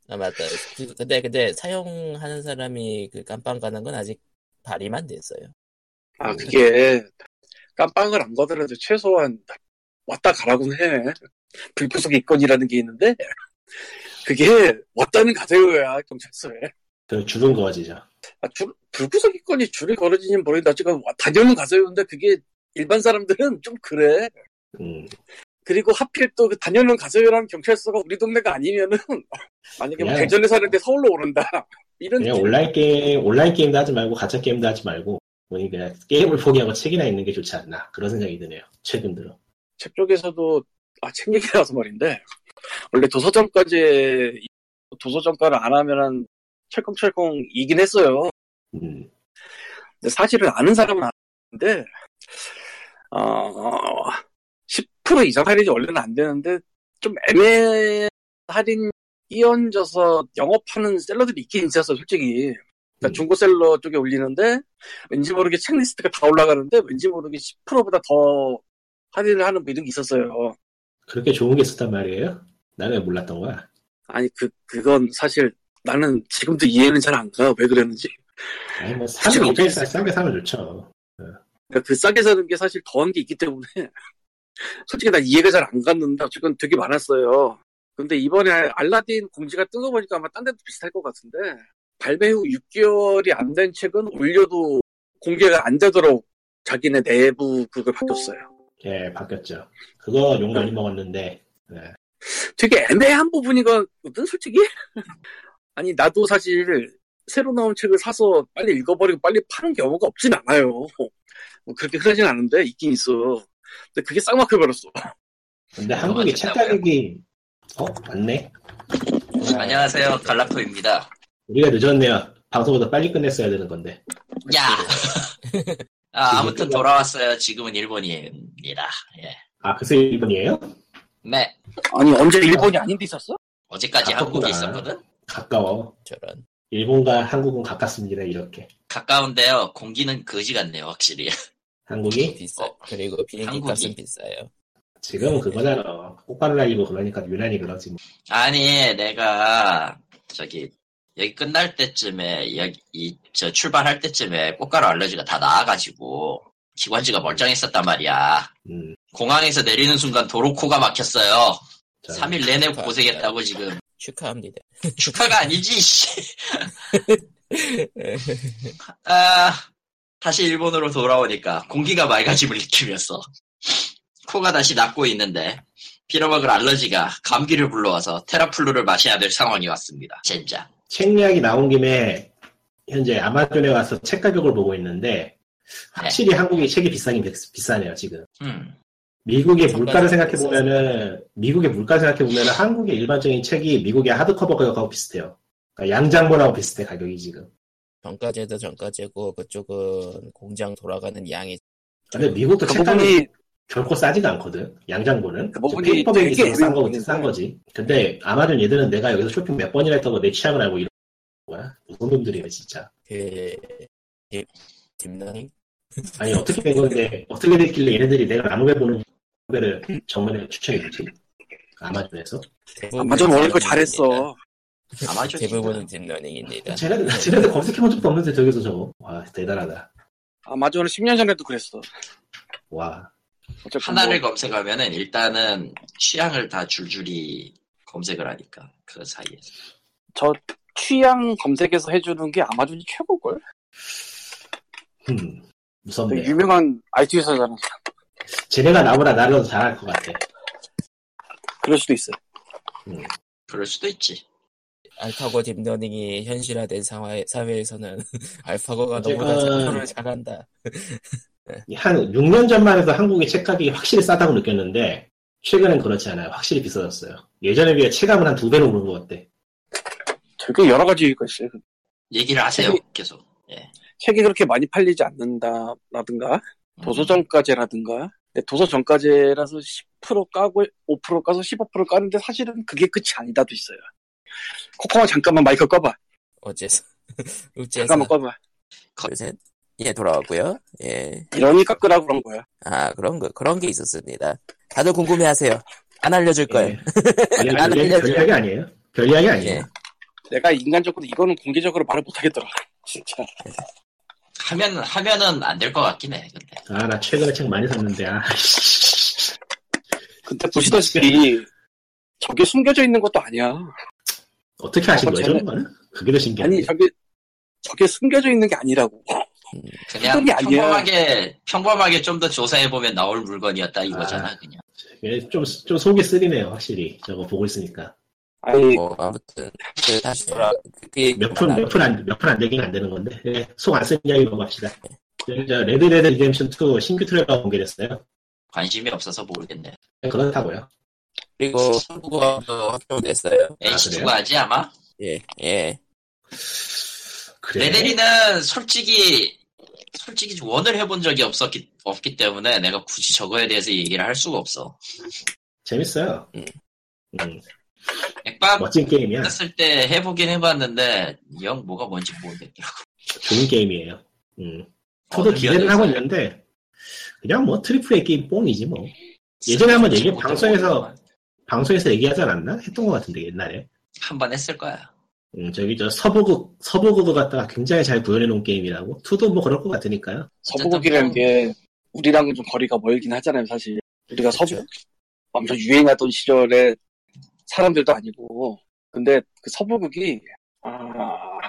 S1: 아 맞다 그- 근데 근데 사용하는 사람이 그 깜빵 가는 건 아직 발의만 됐어요
S2: 아 그게 깜빵을 안 가더라도 최소한 왔다 가라고는 해 불구속 입건이라는 게 있는데 그게 왔다는 가세요야 경찰서에
S3: 그 줄은 그어지죠.
S2: 아, 줄, 불구속 입건이 줄을 걸어지는 모르겠다 지금 와- 다녀는 가세요인데 그게 일반 사람들은 좀 그래
S3: 음,
S2: 그리고 하필 또그 다녀는 가세요라는 경찰서가 우리 동네가 아니면은 만약에 뭐
S3: 그냥-
S2: 대전에 사는데 서울로 오른다 이런
S3: 그냥
S2: 느낌.
S3: 온라인 게임 온라인 게임도 하지 말고 가짜 게임도 하지 말고 우리 그냥 게임을 포기하고 책이나 읽는 게 좋지 않나 그런 생각이 드네요. 최근 들어.
S2: 책 쪽에서도 아, 책 얘기 나서 말인데 원래 도서점까지 도서점가를 안 하면은 철컹철컹 이긴 했어요.
S3: 음,
S2: 근데 사실은 아는 사람은 아는데 어, 10% 이상 할인이 원래는 안 되는데 좀 애매 할인 끼얹어서 영업하는 셀러들이 있긴 있었어 솔직히 그러니까
S3: 음.
S2: 중고 셀러 쪽에 올리는데 왠지 모르게 책리스트가 다 올라가는데 왠지 모르게 10%보다 더 할인을 하는 뭐 이런 게 있었어요.
S3: 그렇게 좋은 게 있었단 말이에요? 나는 왜 몰랐던 거야.
S2: 아니 그 그건 사실 나는 지금도 이해는 잘 안 가. 왜 그랬는지.
S3: 아니 뭐
S2: 사실
S3: 사실 입장에서 싸게 사면 좋죠.
S2: 그러니까 그 싸게 사는 게 사실 더한 게 있기 때문에 솔직히 난 이해가 잘 안 갔는데 어쨌건 되게 많았어요. 근데 이번에 알라딘 공지가 뜬 거 보니까 아마 딴 데도 비슷할 것 같은데 발매 후 6개월이 안 된 책은 올려도 공개가 안 되도록 자기네 내부 그걸 바뀌었어요.
S3: 예, 바뀌었죠. 그거 욕 많이 먹었는데 예.
S2: 되게 애매한 부분이거든 솔직히. 아니 나도 사실 새로 나온 책을 사서 빨리 읽어버리고 빨리 파는 경우가 없진 않아요. 뭐 그렇게 흔하진 않은데 있긴 있어. 근데 그게 싹 막혀버렸어.
S3: 근데
S4: 어,
S3: 한국이
S4: 맞아요.
S3: 책 가격이 어? 맞네?
S4: 안녕하세요 갈라토입니다
S3: 우리가 늦었네요. 방송보다 빨리 끝냈어야 되는 건데.
S4: 야
S2: 그
S4: 아, 아무튼 돌아왔어요 지금은 일본입니다 예.
S3: 아, 그새 일본이에요?
S4: 네
S2: 아니 언제 일본이 아닌데 있었어?
S4: 어제까지 한국에
S3: 가깝구나.
S4: 있었거든
S3: 가까워.
S1: 저런
S3: 일본과 한국은 가깝습니다. 이렇게.
S4: 가까운데요 공기는 거지 같네요 확실히
S3: 한국이
S1: 비싸
S4: 어.
S1: 그리고 비행기
S4: 한국이.
S1: 값은 비싸요
S3: 지금 그거잖아. 꽃가루 날리고 그러니까 유난히 그러지. 뭐.
S4: 아니, 내가 저기 여기 끝날 때쯤에 여기 이, 저 출발할 때쯤에 꽃가루 알러지가 다 나아가지고 기관지가 멀쩡했었단 말이야.
S3: 음,
S4: 공항에서 내리는 순간 도로 코가 막혔어요.
S3: 저,
S4: 3일 내내 고생했다고 지금
S1: 축하합니다
S4: 축하가 아니지. 씨. 아, 다시 일본으로 돌아오니까 공기가 맑아짐을 느끼면서 코가 다시 낫고 있는데 빌어먹을 알러지가 감기를 불러와서 테라플루를 마셔야 될 상황이 왔습니다. 진짜.
S3: 책 이야기 나온 김에 현재 아마존에 와서 책 가격을 보고 있는데 확실히 한국이 책이 비싸긴 비- 비싸네요. 지금.
S4: 음.
S3: 미국의
S1: 잠깐
S3: 물가를 생각해
S1: 잠깐
S3: 보면은 미국의 물가를 생각해 보면은 한국의 일반적인 책이 미국의 하드커버 가격하고 비슷해요. 그러니까 양장본하고 비슷해 가격이 지금.
S1: 정가제도 정가제고 그쪽은 공장 돌아가는 양이
S3: 근데 미국도
S2: 그
S3: 책가격이
S2: 부분이
S3: 결코 싸지가 않거든. 양장본은.
S2: 그 부분이
S3: 페이퍼백이
S2: 되게
S3: 있어서 싼
S2: 애매하긴
S3: 거지. 싼 거지. 근데 아마존 얘들은 내가 여기서 쇼핑 몇 번이나 했다고 내 취향을 알고 이런 거야. 무슨 놈들이야 진짜.
S1: 그 딥- 딥러닝
S3: 아니 어떻게 된 건데 어떻게 됐길래 얘네들이 내가 라노베 보는 거를 정말에 추천해주지. 아마존에서.
S1: 대부분은
S2: 아마존 원래 거
S1: 딥러닝입니다.
S2: 잘했어.
S4: 아마존
S1: 대부분은 딥러닝입니다
S3: 쟤네들, 쟤네들 검색해본 적도 없는데 저기서 저거. 와 대단하다.
S2: 아마존은 10년 전에도 그랬어.
S3: 와.
S2: 어쨌건
S4: 하나를
S2: 뭐,
S4: 검색하면은 일단은 취향을 다 줄줄이 검색을 하니까 그 사이에서
S2: 저 취향 검색에서 해주는 게 아마존이 최고걸.
S3: 음,
S2: 되게
S3: 무섭네. 요
S2: 유명한 IT 회사잖아.
S3: 쟤네가 나보다 나를 더 잘할 것 같아.
S2: 그럴 수도 있어. 요
S4: 그럴 수도 있지.
S1: 알파고 딥러닝이 현실화된 상황 사회에서는 알파고가 너보다
S3: 어쨌건-
S1: 작품을 잘한다.
S3: 한 6년 전만 해도 한국의 책값이 확실히 싸다고 느꼈는데 최근엔 그렇지 않아요. 확실히 비싸졌어요. 예전에 비해 체감은 한 두 배로 오른 것 같대.
S2: 되게 여러 가지가 있어요.
S4: 얘기를 하세요
S2: 책이-
S4: 계속. 예.
S2: 책이 그렇게 많이 팔리지 않는다라든가
S4: 음.
S2: 도서정가제라든가 아. 근데 도서정가제라서 10% 까고 5% 까서 15% 까는데 사실은 그게 끝이 아니다도 있어요. 코코마 잠깐만 마이크 꺼봐.
S1: 어째서 어째서
S2: 잠깐만 꺼봐.
S1: 둘셋 예, 돌아왔고요. 예.
S2: 이러니까 끄라고 그런 거야.
S1: 아, 그런 거, 그런 게 있었습니다. 다들 궁금해 하세요. 안 알려줄
S3: 예.
S1: 걸.
S3: 별,
S1: 나는
S3: 별,
S1: 그냥-
S3: 별 이야기 아니에요? 별 이야기 아니에요.
S1: 예.
S2: 내가 인간적으로 이거는 공개적으로 말을 못하겠더라. 진짜.
S4: 하면 하면은 안 될 것 같긴 해. 근데
S3: 아, 나 최근에 책 많이 샀는데, 아,
S2: 근데 보시다시피 저게 숨겨져 있는 것도 아니야.
S3: 어떻게 하신
S2: 어,
S3: 거예요,
S2: 저는-
S3: 저거는? 그게 더 신기하네.
S2: 아니 저게 저게 숨겨져 있는 게 아니라고.
S4: 그냥
S2: 수준이 아니야.
S4: 평범하게 평범하게 좀 더 조사해 보면 나올 물건이었다 이거잖아 그냥.
S3: 예, 좀, 좀 속이 쓰리네요, 확실히. 저거 보고 있으니까.
S2: 아니
S1: 뭐 아무튼 그 다시 돌아. 그게
S3: 몇 푼, 몇 푼 안, 몇 푼 안 되긴 안 되는 건데. 예, 속안 쓰는 이야기로 갑시다. 예, 저 레드레드 리뎀션2 신규 트레일러가 공개됐어요.
S4: 관심이 없어서 모르겠네.
S3: 예, 그렇다고요.
S1: 그리고 한국어도 확정됐어요.
S4: NC2가
S3: 아, 그래요?
S4: 하지 아마.
S1: 예, 예.
S3: 그래.
S4: 레데리는 솔직히 솔직히 원을 해본 적이 없었기 없기 때문에 내가 굳이 저거에 대해서 얘기를 할 수가 없어.
S3: 재밌어요.
S1: 음.
S3: 음,
S4: 액박
S3: 멋진 게임이야.
S4: 했을 때 해보긴 해봤는데 영 뭐가 뭔지 모르겠더라고.
S3: 좋은 게임이에요. 음.
S4: 어,
S3: 저도 기대를 하고
S4: 미안해서.
S3: 있는데, 그냥 뭐 트리플 A 게임 뽕이지 뭐. 예전에 한번 얘기, 방송에서, 방송에서 얘기하지 않았나? 했던 것 같은데, 옛날에.
S4: 한 번 했을 거야.
S3: 음, 저기 저 서부극, 서부극도 갖다가 굉장히 잘 구현해놓은 게임이라고. 투도 뭐 그럴 것 같으니까요.
S2: 서부국이라는 게 우리랑은 좀 거리가 멀긴 하잖아요, 사실. 우리가 서부 엄청 유행하던 시절에 사람들도 아니고. 근데 그 서부국이, 아,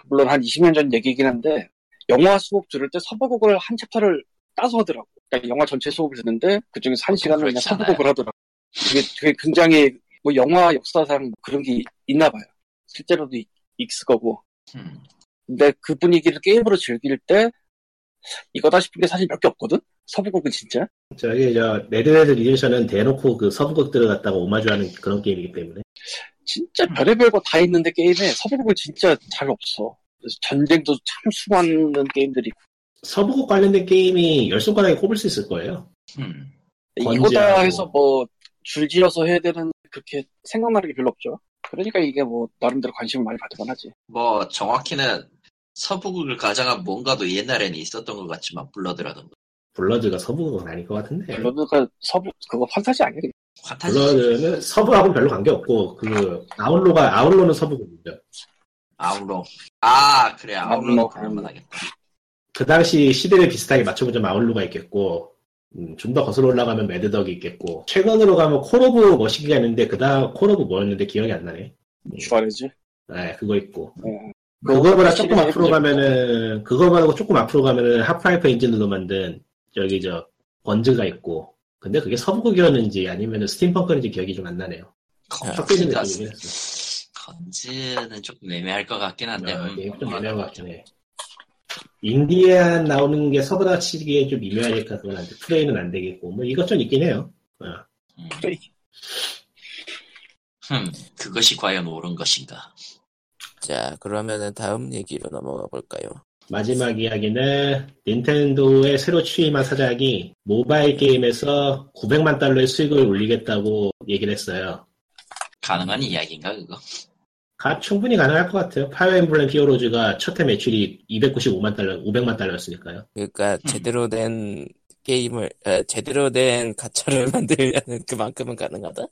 S2: 물론 한 20년 전 얘기이긴 한데, 영화 수업 들을 때 서부국을 한 챕터를 따서 하더라고. 그러니까 영화 전체 수업을 듣는데, 그 중에서 한 시간을 그냥
S4: 그렇지
S2: 서부국을 하더라고. 그게, 그게 굉장히, 뭐 영화 역사상 그런 게 있나 봐요. 실제로도 있- 있을 거고.
S4: 음.
S2: 근데 그 분위기를 게임으로 즐길 때 이거다 싶은 게 사실 몇 개 없거든? 서부국은 진짜?
S3: 저기 저 레드레드 리젠션은 대놓고 그 서부극들을 갖다가 오마주하는 그런 게임이기 때문에.
S2: 진짜
S3: 음.
S2: 별의별 거 다 있는데 게임에 서부국은 진짜 잘 없어. 그래서 전쟁도 참 수많은 게임들이 있고.
S3: 서부극 관련된 게임이 열 손가락에 꼽을 수 있을 거예요.
S4: 음.
S2: 이거다
S3: 건지하고.
S2: 해서 뭐 줄지어서 해야 되는 그렇게 생각나는 게 별로 없죠. 그러니까 이게 뭐 나름대로 관심을 많이 받을만 하지.
S4: 뭐 정확히는 서부극을 가장한 뭔가도 옛날에는 있었던 것 같지만 블러드라던가
S3: 블러드가 서부극은 아닐 것 같은데.
S2: 블러드가 그러니까 서부 그거 판타지 아니야?
S4: 판타지
S3: 블러드는 서부하고 별로 관계 없고 그 아울로가 아울로는 서부극이죠.
S4: 아울로 아 그래 아울로
S2: 아울로,
S4: 그럴만 하겠다
S3: 그 당시 시대를 비슷하게 맞춰보자면 아울루가 있겠고, 음, 좀 더 거슬러 올라가면 매드덕이 있겠고, 최근으로 가면 콜오브 머시기가 있는데, 그 다음 콜오브 뭐였는데 기억이 안 나네.
S2: 주아레즈?
S3: 네, 그거 있고.
S2: 네.
S3: 그거보다
S2: 시리즈
S3: 조금 앞으로
S2: 해보자.
S3: 가면은, 그거보다 조금 앞으로 가면은 하프라이프 엔진으로 만든, 저기 저, 번즈가 있고, 근데 그게 서부극이었는지 아니면은 스팀펑크인지 기억이 좀 안 나네요.
S2: 아,
S3: 섞이는 느낌이
S4: 건지는 조금 애매할 것 같긴 한데
S3: 어,
S4: 음.
S3: 게임 좀 애매한 것 같긴 해. 인디안 나오는 게 서브다 치기에 좀 미묘하니까 그건 안 돼. 플레이는 안 되겠고, 뭐 이것 좀 있긴 해요. 어.
S4: 음.
S2: 그래.
S4: 흠, 그것이 과연 옳은 것인가
S1: 자, 그러면은 다음 얘기로 넘어가 볼까요?
S3: 마지막 이야기는 닌텐도의 새로 취임한 사장이 모바일 게임에서 900만 달러의 수익을 올리겠다고 얘기를 했어요.
S4: 가능한 이야기인가 그거
S3: 가, 충분히 가능할 것 같아요. 파이어 엠블렘 히어로즈가 첫 해 매출이 295만 달러, 500만 달러였으니까요.
S1: 그러니까 제대로 된 게임을 에, 제대로 된 가차를 만들려는 그만큼은 가능하다.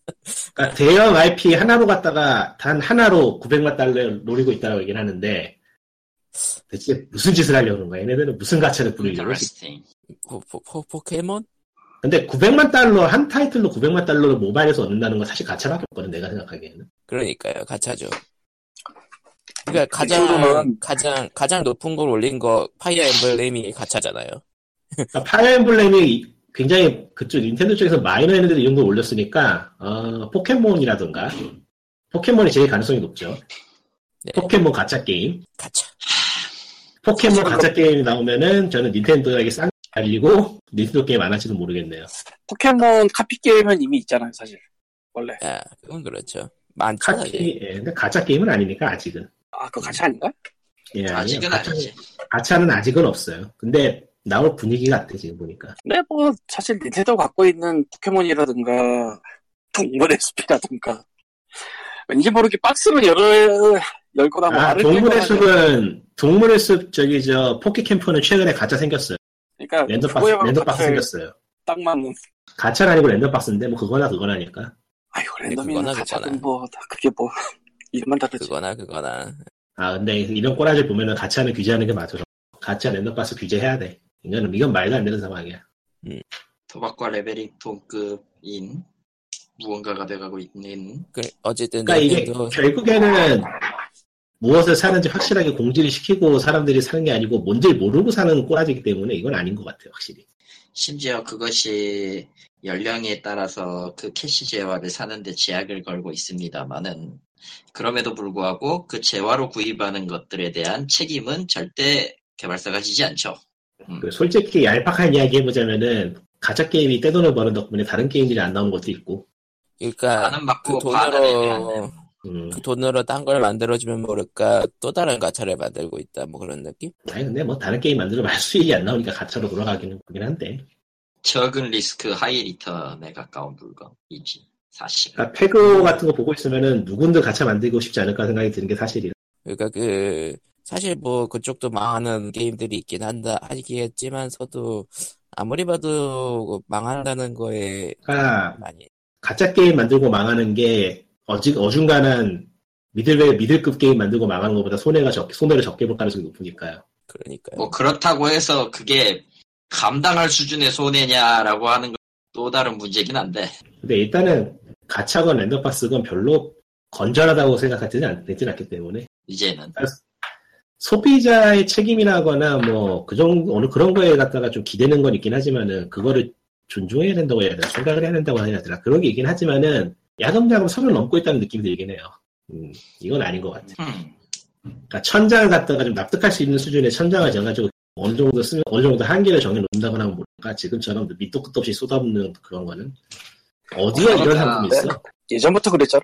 S3: 그러니까 대형 IP 하나로 갔다가 단 하나로 900만 달러를 노리고 있다고 얘기를 하는데 대체 무슨 짓을 하려는 거야? 얘네들은 무슨 가치를 부리려고 했지?
S4: 인터레스팅
S1: 포, 포, 포, 포켓몬?
S3: 근데 900만 달러, 한 타이틀로 900만 달러를 모바일에서 얻는다는 건 사실 가차밖에 없거든, 내가 생각하기에는.
S1: 그러니까요, 가차죠. 그러니까 가장
S2: 정도면-
S1: 가장 가장 높은 걸 올린 거 파이어 엠블렘이 가차잖아요.
S3: 그러니까 파이어 엠블렘이 굉장히 그쪽 닌텐도 쪽에서 마이너 애들이 이런 걸 올렸으니까 어, 포켓몬이라든가 포켓몬이 제일 가능성이 높죠.
S1: 네.
S3: 포켓몬 가짜 게임.
S1: 가차.
S3: 포켓몬 가짜 게임이 나오면은 저는 닌텐도에게 쌍 달리고 닌텐도 게임 안 할지도 모르겠네요.
S2: 포켓몬 카피 게임은 이미 있잖아요, 사실. 원래.
S1: 아, 그건 그렇죠. 많죠. 예.
S3: 카키, 예, 근데 가짜 게임은 아니니까 아직은.
S2: 아, 그거 같이 아닌가?
S3: 예, 아니에요.
S4: 아직은
S3: 가짜-
S4: 아니지.
S3: 가차는 아직은 없어요. 근데 나올 분위기 같아 지금 보니까.
S2: 근데 뭐, 사실 닌텐도 갖고 있는 포켓몬이라든가, 동물의 숲이라든가, 왠지 모르게 박스를 열어, 열 거나 뭐,
S3: 아,
S2: 알을 뺄
S3: 동물의
S2: 거나
S3: 숲은 동물의 숲 저기 저 포켓 캠프는 최근에 가짜 생겼어요.
S2: 그러니까,
S3: 랜덤 박스,
S2: 그거에 만
S3: 랜덤 박스 생겼어요.
S2: 딱 맞는.
S3: 가차는 아니고 랜덤 박스인데 뭐 그거나 그거나니까.
S2: 아유,
S1: 그거나
S2: 랜덤이나
S1: 그거나.
S2: 가자는 뭐, 다 그게 뭐, 이름만 다르지.
S1: 그거나 그거나.
S3: 아 근데 이런 꼬라지 보면은 가차는 규제하는 게 맞아. 가차 랜덤 박스 규제해야 돼. 이건 이건 말도 안 되는 상황이야.
S4: 도박과 레벨이 동급인 무언가가 돼가고 있는
S1: 그, 어쨌든
S3: 그러니까 이게
S1: 닌텐도
S3: 결국에는 무엇을 사는지 확실하게 공지를 시키고 사람들이 사는 게 아니고 뭔지 모르고 사는 꼬라지기 때문에 이건 아닌 것 같아요 확실히.
S4: 심지어 그것이 연령에 따라서 그 캐시 재화를 사는데 제약을 걸고 있습니다만은 그럼에도 불구하고 그 재화로 구입하는 것들에 대한 책임은 절대 개발사가 지지 않죠.
S3: 그 솔직히 얄팍한 이야기 해보자면은 가짜 게임이 떼돈을 버는 덕분에 다른 게임들이 안 나온 것도 있고
S1: 그러니까
S4: 반은 맞고
S1: 그
S4: 반은 애매하네.
S1: 돈으로
S3: 음.
S1: 그 돈으로 딴 걸 만들어주면 모를까 또 다른 가차를 만들고 있다 뭐 그런 느낌?
S3: 아니 근데 뭐 다른 게임 만들면 수익이 안 나오니까 가차로 돌아가기는 하긴 한데
S4: 적은 리스크 하이 리턴에 가까운 물건이지 사실.
S3: 그러니까 페그 같은 거 보고 있으면은 누군들 가차 만들고 싶지 않을까 생각이 드는 게 사실이라
S1: 그러니까 그 사실 뭐 그쪽도 망하는 게임들이 있긴 한다 하겠지만서도 아무리 봐도 망한다는 거에
S3: 그러니까
S1: 많이
S3: 가짜 게임 만들고 망하는 게 어지, 어중간한 미들웨 미들급 게임 만들고 망하는 것보다 손해가 적, 손해를 적게 볼 가능성이 높으니까요
S1: 그러니까요.
S4: 뭐 그렇다고 해서 그게 감당할 수준의 손해냐라고 하는 건또 다른 문제긴 한데
S3: 근데 일단은 가차건 랜덤박스건 별로 건전하다고 생각하지는 않, 되진 않기 때문에
S4: 이제는
S3: 소비자의 책임이라거나 뭐 그 정도 어느 그런 거에 갖다가 좀 기대는 건 있긴 하지만은 그거를 존중해야 된다고 해야 되나 생각을 해야 된다고 해야 되나 그런 게 있긴 하지만은 야금야금 선을 넘고 있다는 느낌이 들긴 해요. 음, 이건 아닌 것 같아.
S4: 음,
S3: 그러니까 천장을 갖다가 좀 납득할 수 있는 수준의 천장을 정가지고 어느 정도 쓰면 어느 정도 한계를 정해놓는다거나 하면 모를까 지금처럼 밑도 끝도 없이 쏟아붓는 그런 거는
S1: 아,
S3: 어디에 이런
S4: 그러니까.
S3: 상품이
S1: 네.
S3: 있어?
S2: 예전부터 그랬잖아.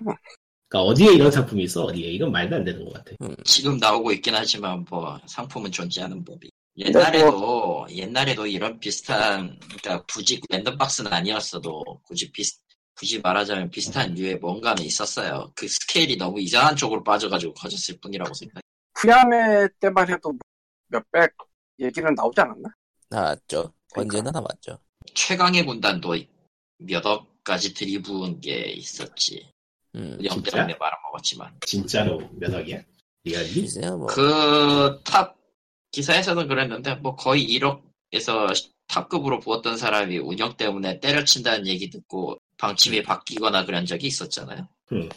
S3: 그러니까 어디에 이런 상품이 있어? 어디에 이건 말도 안 되는 것 같아.
S4: 지금 나오고 있긴 하지만 뭐 상품은 존재하는 법이
S3: 네, 뭐.
S4: 옛날에도 옛날에도 이런 비슷한 그러니까 굳이 랜덤박스는 아니었어도 굳이 비슷 굳이 말하자면 비슷한
S3: 음.
S4: 류의 뭔가는 있었어요. 그 스케일이 너무 이상한 쪽으로 빠져가지고 커졌을 뿐이라고 생각.
S2: 후야메 때만 해도 몇백 얘기는 나오지 않았나?
S1: 나왔죠.
S4: 그러니까.
S1: 언제나 나왔죠.
S4: 최강의 군단도 몇 억 가지 들이부은 게 있었지.
S1: 음,
S4: 영
S3: 진짜?
S4: 때문에 말아먹었지만
S3: 진짜로 몇 억이야? 리얼리?
S1: 글쎄요 뭐
S4: 그 탑 기사에서는 그랬는데 뭐 거의 1억에서 탑급으로 보았던 사람이 운영 때문에 때려친다는 얘기 듣고 방침이 바뀌거나 그런 적이 있었잖아요.
S3: 음.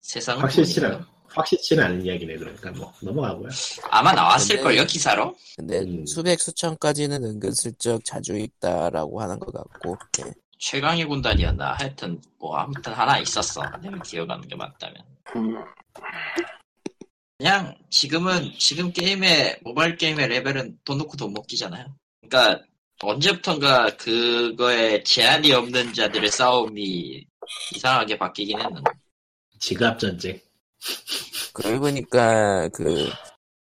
S4: 세상은 뭐
S3: 확실치는
S4: 돈이에요.
S3: 확실치는 않은 이야기네 그러니까 뭐 넘어가고요.
S4: 아마 나왔을걸요 기사로.
S1: 근데
S3: 음.
S1: 수백 수천까지는 은근슬쩍 자주 있다라고 하는 것 같고 예.
S4: 최강의 군단이었나 하여튼 뭐 아무튼 하나 있었어 내가 기억하는 게 맞다면
S2: 음.
S4: 그냥 지금은 지금 게임의 모바일 게임의 레벨은 돈 놓고 돈 못 끼잖아요 그러니까 언제부턴가 그거에 제한이 없는 자들의 싸움이 이상하게 바뀌긴 했는데
S3: 지갑 전쟁.
S1: 그러고 보니까 그,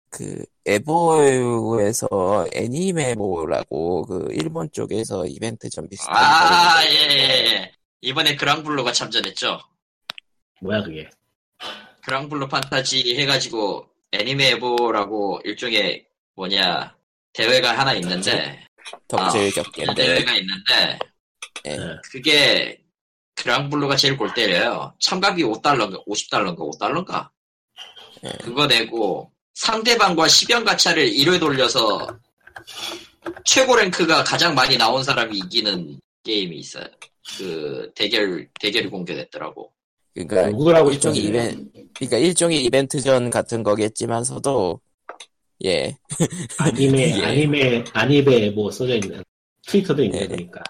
S1: 그 에보에서 애니메모라고 그 일본 쪽에서 이벤트 좀 비슷한
S4: 아
S1: 거를
S4: 예, 예, 예. 이번에 그랑블루가 참전했죠
S3: 뭐야 그게?
S4: 그랑블루 판타지 해가지고 애니메이보라고 일종의 뭐냐 대회가 하나 있는데
S1: 덕질
S4: 이런
S1: 적게인데
S4: 대회가 있는데
S1: 예.
S4: 그게 그랑블루가 제일 골 때려요. 참가비 5달러인가 50달러인가 5달러인가
S1: 예.
S4: 그거 내고 상대방과 10연 가차를 1회 돌려서 최고 랭크가 가장 많이 나온 사람이 이기는 게임이 있어요. 그 대결 대결이 공개됐더라고.
S1: 그러니까
S3: 누구를 하고
S1: 일종의
S3: 싶은 지
S1: 이벤트 그러니까 일종의 이벤트전 같은 거겠지만서도 예
S3: 아니메
S1: 예.
S3: 아니메 아니베 뭐 써져 있는 트위터도 있는
S1: 예.
S3: 거니까.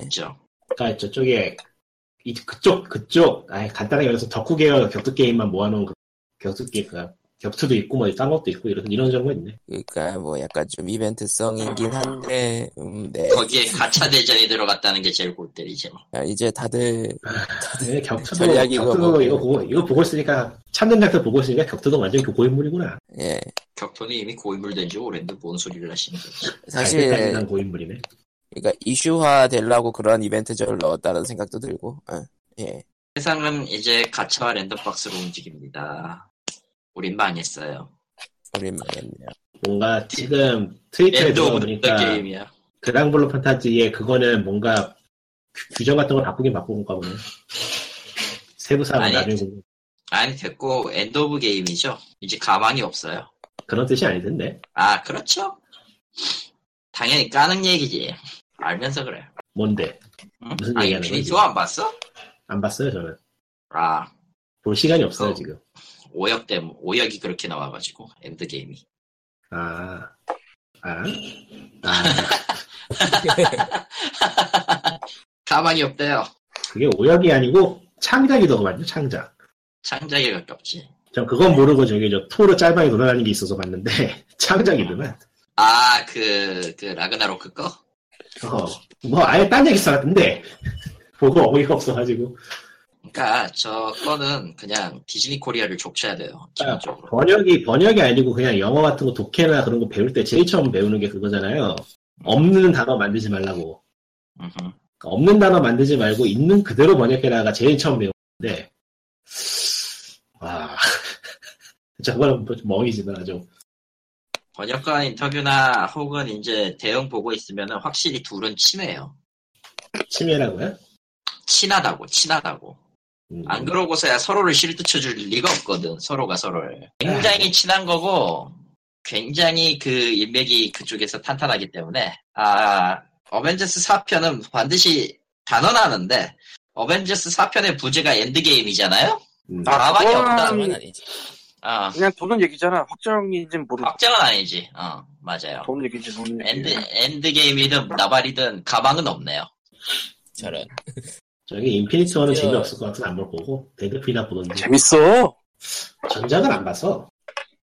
S4: 그죠?
S3: 그러니까 저쪽에 이 그쪽 그쪽 아예 간단하게 말해서 덕후 계열 격투 게임만 모아놓은 그 격투 게임 그 격투도 있고 뭐 딴 것도 있고 이런 이런 저런 거 있네.
S1: 그러니까 뭐 약간 좀 이벤트성이긴 한데 음, 네.
S4: 거기에 가차 대전이 들어갔다는 게 제일 골 때리죠.
S1: 아, 이제 다들
S3: 네, 격투도
S1: 전략이고
S3: 격투도
S1: 뭐.
S3: 이거 보고 이거 보고 있으니까 참는 닥터 보고 있으니까 격투도 완전 고인물이구나.
S1: 예
S4: 격투는 이미 고인물 된 지 오랜데 뭔 소리를 하시는 거지.
S1: 사실
S3: 난 고인물이네.
S1: 그러니까 이슈화 되려고 그런 이벤트저를 넣었다는 생각도 들고 어, 예
S4: 세상은 이제 가차와 랜덤박스로 움직입니다. 우린 망했어요.
S1: 오랜만이네요
S3: 뭔가 지금 트위터에
S4: 엔드 오브
S3: 들어보니까
S4: 더 게임이야.
S3: 그랑블루 판타지의 그거는 뭔가 규- 규정 같은 걸 바꾸긴 바꾼가 보네. 세부 사항은
S4: 아니.
S3: 나중에 보면
S4: 아니 됐고 엔드 오브 게임이죠. 이제 가망이 없어요.
S3: 그런 뜻이 아니던데.
S4: 아 그렇죠. 당연히 까는 얘기지. 알면서 그래.
S3: 뭔데?
S4: 응?
S3: 무슨
S4: 아
S3: 얘기하는 거지?
S4: 인피니티 안 봤어?
S3: 안 봤어요 저는.
S4: 아
S3: 볼 시간이 없어요
S4: 어.
S3: 지금.
S4: 오역 때문 오역이 그렇게 나와가지고 엔드 게임이.
S3: 아, 아,
S4: 가망이 없대요.
S3: 그게 오역이 아니고 창작이더구만요 창작.
S4: 창작에 가깝지.
S3: 전 그건 모르고 저기 저 토르 짤방에 돌아다니는 게 있어서 봤는데 창작이더만.
S4: 아, 그, 그, 라그나로크 거?
S3: 어, 뭐 아예 딴 얘기 써놨던데 보고 어이가 없어가지고
S4: 그니까, 그러니까 저 거는 그냥 디즈니 코리아를 족쳐야 돼요, 기본적으로.
S3: 번역이 번역이 아니고 그냥 영어 같은 거 독해나 그런 거 배울 때 제일 처음 배우는 게 그거잖아요. 없는 단어 만들지 말라고.
S4: 음흠.
S3: 그러니까 없는 단어 만들지 말고 있는 그대로 번역해라가 제일 처음 배우는데 와 저거는 뭐 멍이지더라 좀.
S4: 번역가 인터뷰나 혹은 이제 대응 보고 있으면 확실히 둘은 친해요.
S3: 치매라고요?
S4: 친하다고, 친하다고.
S3: 음.
S4: 안 그러고서야 서로를 실드 쳐줄 리가 없거든, 서로가 서로를. 굉장히 친한 거고, 굉장히 그 인맥이 그쪽에서 탄탄하기 때문에, 아, 어벤져스 4편은 반드시 단언하는데, 어벤져스 4편의 부제가 엔드게임이잖아요?
S3: 음.
S2: 아, 음.
S4: 가만히
S2: 그건
S4: 없다.
S1: 그건 아니지
S4: 아,
S2: 그냥 도는 얘기잖아. 확정인지는 모르고
S4: 확정은 아니지. 어, 맞아요.
S2: 도는 얘기인지 도는 얘기.
S4: 엔드, 엔드게임이든 나발이든 가방은 없네요.
S1: 저런
S3: 저기 인피니트 원은
S1: 저-
S3: 재미없을 것 같아서 안 볼 거고 대그피나 보던지
S2: 재밌어.
S3: 전작은 안 봐서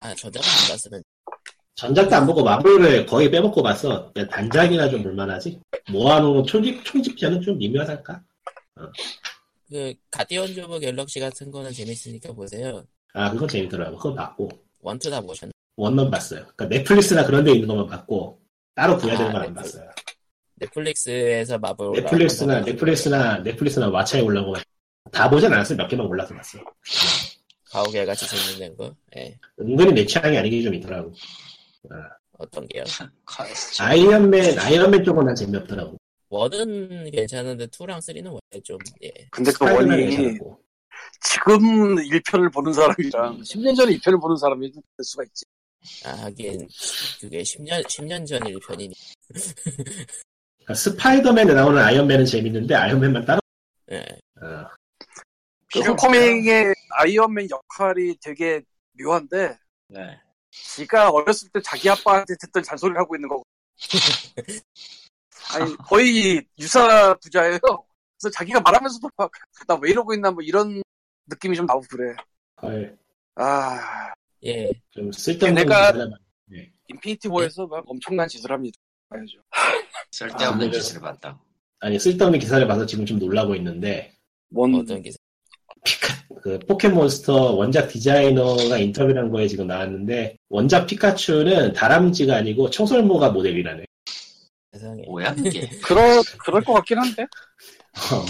S1: 아 저자가 안 봤으면
S3: 전작도 안 보고 마블을 거의 빼먹고 봐서 그냥 단작이나 좀 볼만하지 모아놓은 총집 총집편은 좀 미묘하달까
S1: 그 가디언즈 오브 갤럭시 같은 거는 재밌으니까 보세요
S3: 아 그건 재밌더라고 그건 봤고
S1: 원투 다 보셨나
S3: 원만 봤어요 그러니까 넷플릭스나 그런 데 있는 것만 봤고 따로 구해야 되는
S1: 아,
S3: 건 안
S1: 넷플릭스.
S3: 봤어요
S1: 넷플릭스에서 마블 올라온
S3: 넷플릭스나
S1: 거
S3: 넷플릭스나 넷플릭스나 왓챠에 올라온 거다 보진 않았어요 몇 개만 올라서 봤어 요
S1: 가오갤 같이 재밌는 거 예.
S3: 은근히 내 취향이 아닌 게 좀 있더라고
S1: 어떤 게요
S4: 퀘스트.
S3: 아이언맨 아이언맨 쪽은 난 재미없더라고
S1: 원은 괜찮은데 투랑 쓰리는 원래 좀 예.
S2: 근데 그
S3: 스파이더맨
S2: 원이
S3: 괜찮았고
S2: 지금 1편을 보는 사람이랑 10년 전에 2편을 보는 사람이 될 수가 있지.
S1: 아, 하긴 그게 10년 10년 전 일편이니
S3: 그러니까 스파이더맨에 나오는 아이언맨은 재밌는데 아이언맨만 따로
S1: 예.
S3: 어,
S2: 필 코밍의 아이언맨 역할이 되게 묘한데
S4: 네.
S2: 지가 어렸을 때 자기 아빠한테 듣던 잔소리를 하고 있는 거고. 아니, 거의 유사 부자예요. 그래서 자기가 말하면서도 막, 나 왜 이러고 있나, 뭐 이런 느낌이 좀 나고 그래.
S3: 헐,
S2: 아,
S1: 예.
S3: 좀 쓸데없는
S2: 내가-
S3: 짓을 하면
S2: 인피니티 워에서 막 엄청난 짓을 합니다. 봐야죠.
S4: 쓸데없는
S3: 아, 네.
S4: 짓을 봤다.
S3: 아니 쓸데없는 기사를 봐서 지금 좀 놀라고 있는데
S2: 뭔,
S1: 어떤 기사?
S3: 그 포켓몬스터 원작 디자이너가 인터뷰한 거에 지금 나왔는데 원작 피카츄는 다람쥐가 아니고 청설모가 모델이라네
S1: 세상에.
S4: 뭐야, 이게.
S2: 그럴, 그럴 것 같긴 한데?
S3: 어,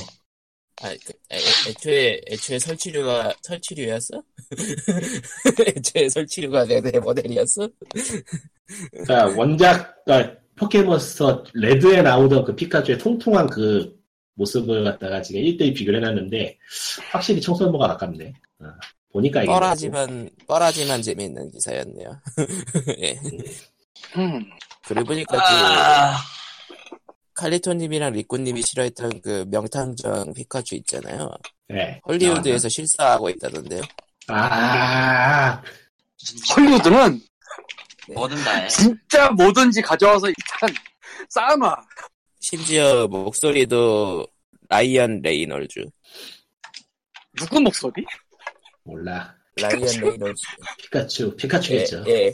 S1: 아, 그, 애, 애초에 애초에 설치류가 설치류였어? 애초에 설치류가 내, 내 모델이었어?
S3: 그러니까 원작 그러니까 포켓몬스터 레드에 나오던 그 피카츄의 통통한 그 모습을 갖다가 지금 1대1 비교를 해놨는데 확실히 청설모가 가깝네 어, 보니까 이게
S1: 뻘하지만 뻘하지만 재미있는 기사였네요. 예.
S2: 음.
S1: 그리고 보니까 그
S4: 아,
S1: 칼리토님이랑 리꾸님이 싫어했던 그 명탐정 피카츄 있잖아요.
S3: 네.
S1: 헐리우드에서 실사하고 있다던데요.
S3: 아, 아,
S2: 헐리우드는
S4: 뭐든 다 해.
S2: 진짜 뭐든지 가져와서 일단 쌓아놔.
S1: 심지어 목소리도 라이언 레이놀즈.
S2: 누구 목소리?
S3: 몰라.
S1: 라이언 레이놀즈.
S3: 피카츄, 피카츄겠죠.
S1: 예, 예.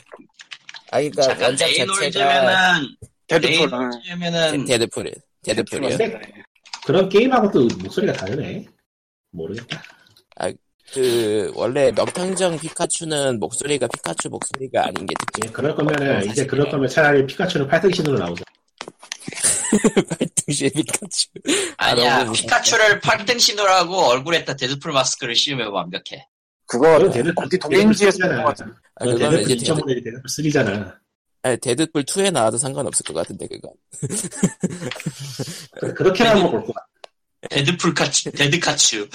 S1: 아, 그니까,
S4: 잠깐
S1: 원작 자체가
S4: 레이놀즈면은
S2: 데드풀. 아,
S4: 레이놀즈면은
S1: 데드풀이, 데드풀이요.
S3: 데드풀. 그런 게임하고 또 목소리가 다르네. 모르겠다.
S1: 그, 원래 명탐정 피카츄는 목소리가 피카츄 목소리가 아닌 게
S3: 예,
S1: 특징.
S3: 그럴 거면은,
S1: 어,
S3: 이제 그럴 거면 차라리 피카츄는 팔등신으로 나오자.
S1: 발등시 피카츄.
S4: 아니야
S1: 너무 무섭다.
S4: 피카츄를 팔등신으로 하고 얼굴에다 데드풀 마스크를 씌우면 완벽해.
S2: 그거
S3: 그건 데드풀,
S2: 어디
S3: 데드풀
S2: 동인지에서
S3: 쓰잖아.
S2: 본것 같은데.
S1: 아,
S3: 그건
S1: 그거는
S3: 데드풀
S1: 이제
S3: 2
S1: 데드,
S3: 5이 데드풀 3잖아.
S1: 아니, 데드풀 2에 나와도 상관없을 것 같은데, 그거.
S3: 그렇게 하면 볼것 같아.
S4: 데드풀 카츄 데드카츄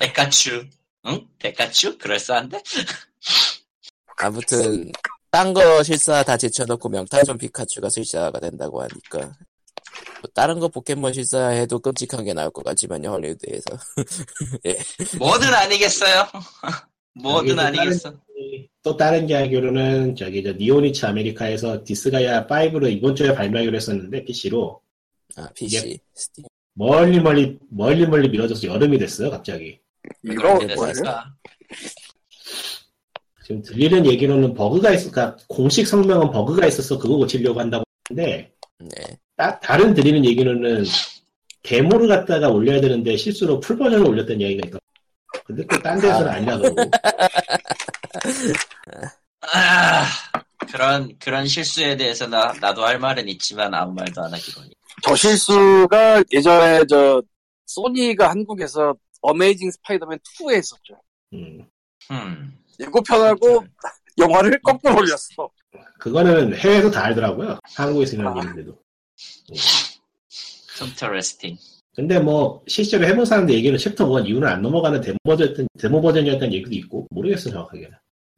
S4: 데카츄 응 데카츄 그럴싸한데 음.
S1: 아무튼, 딴 거 실사 다 제쳐놓고 명탐정 피카츄가 실사가 된다고 하니까. 뭐 다른 거 포켓몬 실사해도 끔찍한 게 나올 것 같지만요, 헐리우드에서.
S4: 뭐든 아니겠어요. 뭐든
S3: 아니,
S4: 아니겠어.
S3: 또 다른 이야기로는, 저기, 저, 니오니츠 아메리카에서 디스가야 5를 이번 주에 발매하기로 했었는데, PC로.
S1: 아, PC.
S4: 예.
S1: 스팀.
S3: 멀리 멀리, 멀리 멀리 밀어져서 여름이 됐어요, 갑자기.
S2: 이거
S4: 네,
S1: 데드풀.
S2: 뭐예요?
S3: 지금 들리는 얘기로는 버그가 있, 그러니까 공식 성명은 버그가 있어서 그거 고치려고 한다고 하는데,
S1: 네.
S3: 따- 다른 들리는 얘기로는 데모를 갖다가 올려야 되는데 실수로 풀 버전을 올렸다는 이야기가 있다. 근데 또 딴 데서는
S1: 아.
S3: 아니라 그러고.
S4: 아, 그런 그런 실수에 대해서 나 나도 할 말은 있지만 아무 말도 안 하기로. 해.
S2: 저 실수가 예전에 저 소니가 한국에서 어메이징 스파이더맨 2에 했었죠.
S3: 음.
S4: 음.
S2: 예고편하고 영화를 거꾸로 올렸어.
S3: 그거는 해외에서 다 알더라고요. 한국에서 있는 얘기인데도.
S4: 인터레스팅.
S3: 근데 뭐 실제로 해본 사람들 얘기는 챕터 1 이후는 안 넘어가는 데모 버전 데모 버전이었다는 얘기도 있고 모르겠어 정확하게는.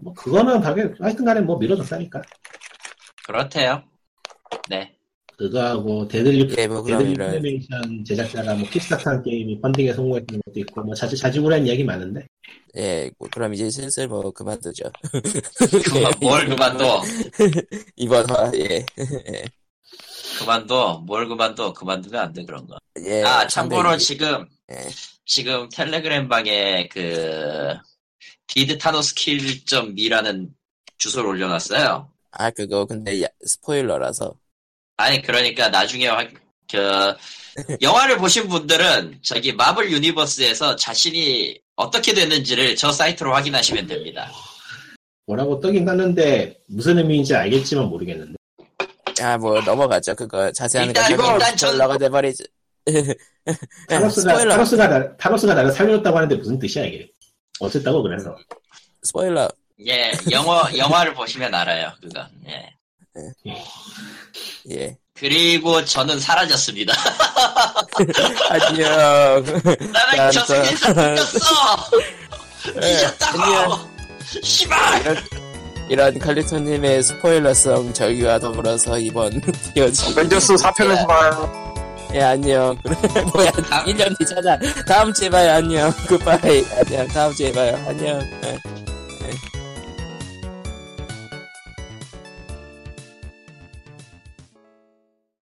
S3: 뭐 그거는 당연히 하여튼간에 뭐 밀어줬다니까.
S4: 그렇대요. 네.
S3: 그거하고 데들리
S1: 예, 뭐, 그럼
S3: 애들이
S1: 이런.
S3: 애니메이션 제작자가 뭐 킥스타트한 게임이 펀딩에 성공했던 것도 있고 뭐 자주 자주 그런 이야기 많은데
S1: 예, 뭐 그럼 이제 슬슬 뭐 그만두죠. 예,
S4: 그만 뭘 그만둬.
S1: 이번 화, 예.
S4: 그만둬. 뭘 그만둬. 그만두면 안 돼 그런 거.
S1: 예.
S4: 아 참고로
S1: 근데 이-
S4: 지금 네.
S1: 예.
S4: 지금 텔레그램 방에 그 디드 타노스킬 점 미라는 주소를 올려놨어요.
S1: 아, 그거 근데 야- 스포일러라서.
S4: 아니 그러니까 나중에 확- 그 영화를 보신 분들은 저기 마블 유니버스에서 자신이 어떻게 됐는지를 저 사이트로 확인하시면 됩니다.
S3: 뭐라고 떡이 났는데 무슨 의미인지 알겠지만 모르겠는데
S1: 아, 뭐 넘어가죠. 그거 자세한
S4: 일단
S1: 거는
S4: 일단 전-
S1: 스포일러가 돼버리지.
S3: 타노스가
S1: 스포일러.
S3: 타노스가 나, 타노스가 나를 살려줬다고 하는데 무슨 뜻이야 이게 어쨌다고 그래서
S1: 스포일러.
S4: 예, 영화 영화를 보시면 알아요. 그건. 예.
S1: 예.
S4: 그리고 저는 사라졌습니다.
S1: 안녕.
S4: 나는 저 세계 다죽였어
S1: 네, 안녕.
S4: 잊었다고. 씨발.
S1: 이런 칼리토님의 스포일러성 절규와 더불어서 이번 이어지.
S2: 벤져스 4편에서 봐요.
S1: 예, 안녕. 뭐야,
S4: 다음-
S1: 1년 뒤잖아. 다음 주에 봐요, 안녕. 굿바이. 안녕. 다음 주에 봐요, 안녕. 예.